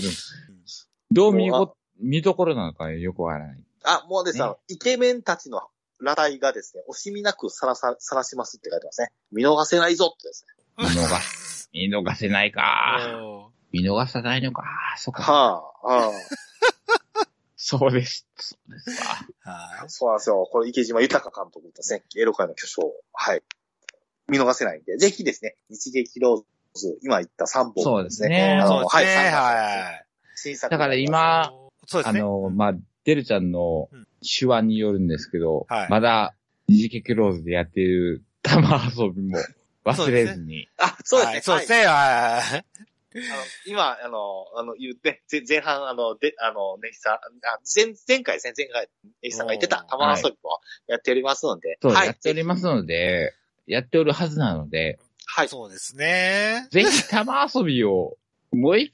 B: どう見
C: もうあ
B: ご、見どころなのかよくわからない。
C: あ、もうですね、
B: ね
C: あのイケメンたちの裸体がですね、惜しみなくさらさ、さらしますって書いてますね。見逃せないぞってですね。
B: 見逃す。見逃せないか。
A: うん
B: 見逃さないのか。そっか。
C: はい、はい、
B: そうです。そうですか。
A: はい
C: そうなんですよ。これ池島豊監督ですね。エロ界の巨匠。はい。見逃せないんで、ぜひですね、日劇ローズ、今言った3本。
B: そうですね
C: あ
A: そうで
C: の
A: すね。
C: はい。
A: は
C: 新作。
B: だから今
A: い。そうです
B: あ
A: ね。
B: の、まあ、デルちゃんの
A: うん
B: 手腕によるんですけど、
A: はい
B: まだ、二次劇ローズでやっている玉遊びも忘れずに。
C: あ、そうです
A: はいそう
C: ね。
A: ですね。はい。
C: はいあの今、あの、あの、言って、ぜ前半、あの、で、あの、ネヒさん、あ前、前回ですね、前回、ネヒさんが言ってた
A: おー
C: 玉遊びもやっておりますので。
B: そう、
C: はい。
B: やっておりますので、やっておるはずな ので、
C: はい。
A: そうですね。
B: ぜひ玉遊びを、もうい、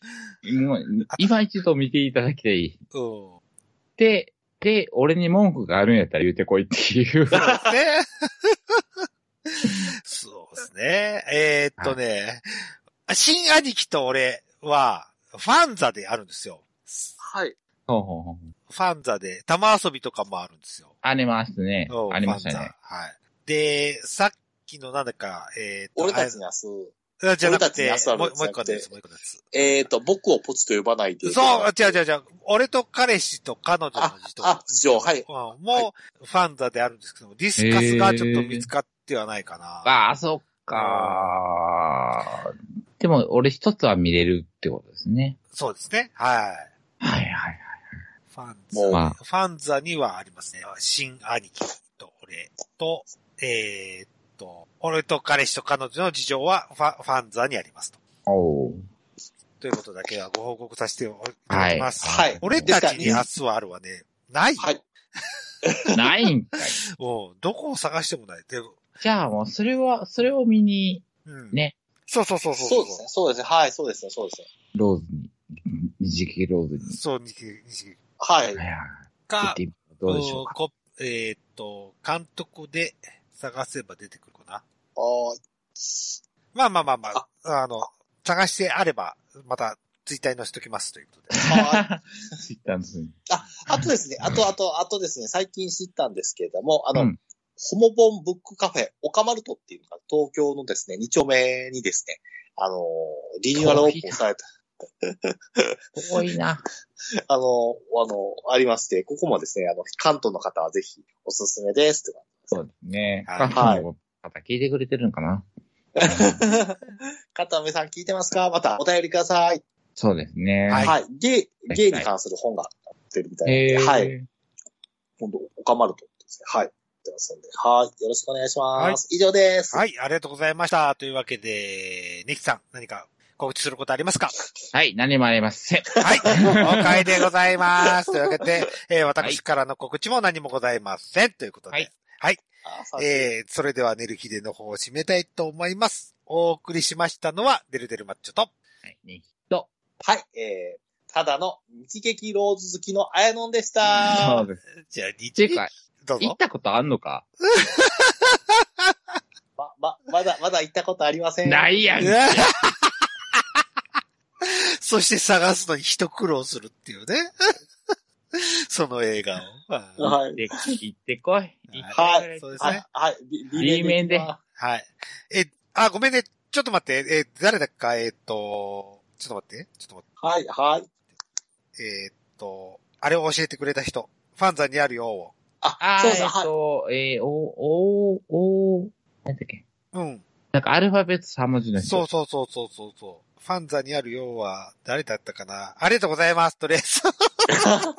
B: もう、今一度見ていただきたい。
A: うん。
B: で、で、俺に文句があるんやったら言うてこいって いう。
A: そうですね。そうですね。えーっとね、新兄貴と俺は、ファンザであるんですよ。
C: はい。
B: ほうほうほう
A: ファンザで、玉遊びとかもあるんですよ。
B: ありますね
A: う。ん
B: ありました
A: ファン
B: ね。
A: ザはい。で、さっきのなんだか、えーっと、
C: 俺たちに明日、
A: あれじゃなくて、
C: 俺たちに
A: もうも
C: 遊
A: う
C: ぶんじゃなくて
A: 一個です、もう一個です。
C: えっと、僕をポチと呼ばないで。
A: そう、違う違う違う。俺と彼氏と彼女の
C: あ
A: 児、
C: あ、事情、はい。
A: 童。うん、もう、ファンザであるんですけども、ディスカスがちょっと見つかってはないかな。
B: ああ、そっかでも、俺一つは見れるってことですね。
A: そうですね。はい。
B: はいはい
A: ファン
C: もう
A: ザ、ファンザにはありますね。新兄貴と俺と、えーっと、俺と彼氏と彼女の事情はファファンザにありますと。
B: おう
A: ということだけはご報告させていただきます。
C: はい
A: 俺たちに明日はあるわね。ない、
C: はい。
B: ないんかい。
A: もう、どこを探してもない。で
B: じゃあもう、それは、それを見に、
A: うん。
B: ね。
A: そうそうそうそう
C: そうですね。そうですね。はい、そうですね。そうですね。
B: ローズに、日劇ローズに。
A: そう、二期、二期
C: はい。
B: はいはい。行っ
A: か、
B: てみようどうでしょうか。
A: こえーっと、監督で探せば出てくるかな。
C: おー
A: まあまあまあまあ、あの、探してあれば、また、ツイッターに載せときますということで。
C: あ
B: ツイッターの隅に
C: あ、あ とですね、あと、あと、あとですね、最近知ったんですけれども、あの、
B: うん
C: ホモボンブックカフェ、オカマルトっていうのが東京のですね、2丁目にですね、あのー、リニューアルオープンされた、
B: 多いな。
C: あの、あの、ありまして、ここもですね、あの、関東の方はぜひおすすめですとか。
B: そうですね。
A: はい
B: スタッフの方聞いてくれてるのか な、
C: 片目さん聞いてますかまたお便りください。
B: そうですね。
A: は
C: はいい。ゲイ、ゲイに関する本が載ってるみたい
B: え
C: な
B: ー
C: ので、はい。。今度、おかまるとですね。はい。やってますんで。はい。よろしくお願いします。以上です。
A: はい、ありがとうございました。というわけで、ネキさん、何か告知することありますか
B: はい、何もありません。
A: はい、了解でございます。というわけで、えー私からの告知も何もございません。ということで。
B: はい
A: はい
C: あさあ
A: えー、それでは、寝る日での方を締めたいと思います。お送りしましたのは、デルデルマッチョと、
B: はい、ねきっと。
C: はい。えー、ただの日劇ローズ好きのあやのんでし
B: そ
C: た
B: う。です。
A: じゃあ、日
B: っていうか、
A: どう
B: 行っ
A: ぞ。
B: たことあんのか
C: ま、ま、まだ、まだ行ったことありません。
B: ないやん。
A: そして探すのに一苦労するっていうね。 その映画を。は。
C: はい。
B: で、行ってこい。
C: はい
A: そうです
C: はい
A: ね。。
C: はい。
B: B 面で
C: 行きます
A: はい。え、あ、ごめんね。ちょっと待って。え、誰だっか、えーっと、ちょっと待って。ちょっと待
C: はい。は
A: っ
C: い。
A: て。えーっと、あれを教えてくれた人。ファンザにあるよを。
C: あ、
B: あ
C: そうです
B: ー、
C: ね。
B: えっ
C: はい。
B: と、えー、お、お、お、なんだっけ。
A: うん。
B: なんかアルファベット3文字の人。
A: そうそうそうそうそうそう。ファンザにあるよは誰だったかなありがとうございます。とりあえず。
C: あ、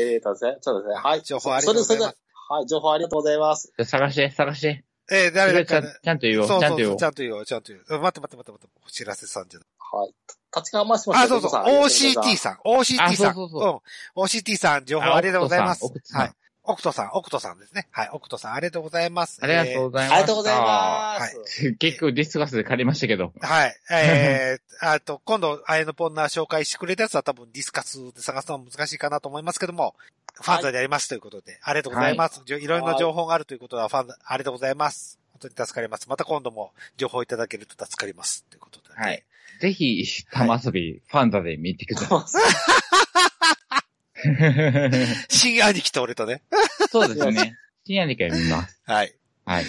C: えーとですね、そうですね。はい。
A: 情報ありがとうございます
C: それそれはい、情報ありがとうございます。
B: じゃあ探して、探して。
A: えー誰だっ
B: ちゃ
A: か
B: ん
A: な
B: ちゃんと言おう。ち
A: そう
B: ゃん
A: そう
B: と言
A: そ
B: お
A: う、
B: う
A: ち。ゃんと言おう、ちゃんと言おう。うん待って待って待って待って。お知らせさんじゃない。
C: はい。立川回しまし
A: あ、
C: た
A: そうそう。OCT さん。
B: あ
A: OCT
B: そ
A: さ。
B: うんそ
A: う
B: う
A: ん。OCT さん、情報ありがとうございます
B: あ奥。さん
A: はい。オクトさん、オクトさんですね。はい。オクトさん、ありがとうございます。
B: ありがとうござい
C: あ
B: ます。
C: りがとうございます。
B: す。結構ディスカスで借りましたけど。
A: えー はい。えー、あと、今度、あやのポンナー紹介してくれたやつは多分ディスカスで探すのは難しいかなと思いますけども、ファンザでやりますということで、ありがとうございます。じょいろいろな情報があるということは、ファンザ、ありがとうございます。本当に助かります。また今度も情報いただけると助かります。ということで。
B: はい。ぜひ、玉遊び、ファンザで見てください。
A: 新兄貴と俺とね。
B: そうですね。深夜にから見ます。
A: はい。
B: はい。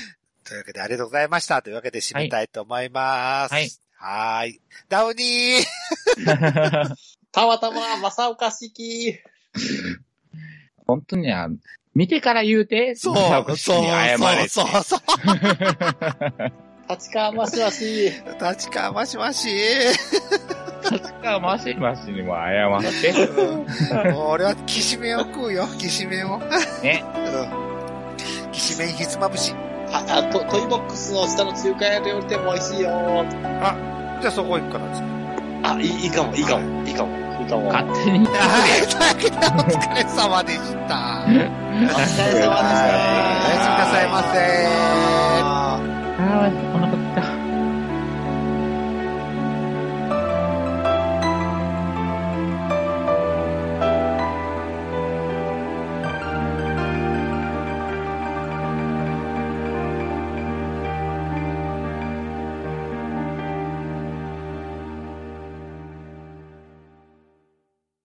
A: というわけで、ありがとうございました。というわけで、締めたいと思います。
B: はい。
A: はーい。 ダウニー
C: たまたま、正岡式。
B: 本当にあの、見てから言うて、
A: そう、そ
B: サブ
A: う、
B: スクに謝れ。
A: そう、そう、そう。
C: 立川回しまし。
A: 立川マシマシ。
B: 確か、マシマシにも謝って。
A: もう俺は、きしめんを食うよ、きしめんを。
B: ね。
A: うん。きしめんひつまぶし。
C: はい、あと、トイボックスの下の中華屋料理店も美味しいよ。
A: じゃあそこ行くかな。
C: あ、いい、いいかも、いいかも、いいかも、いいかも。お疲
B: 勝手に。
A: はい。というわけで、お疲れ様でした。おやすみ
C: れ様でした。
A: なさいませ。
B: あー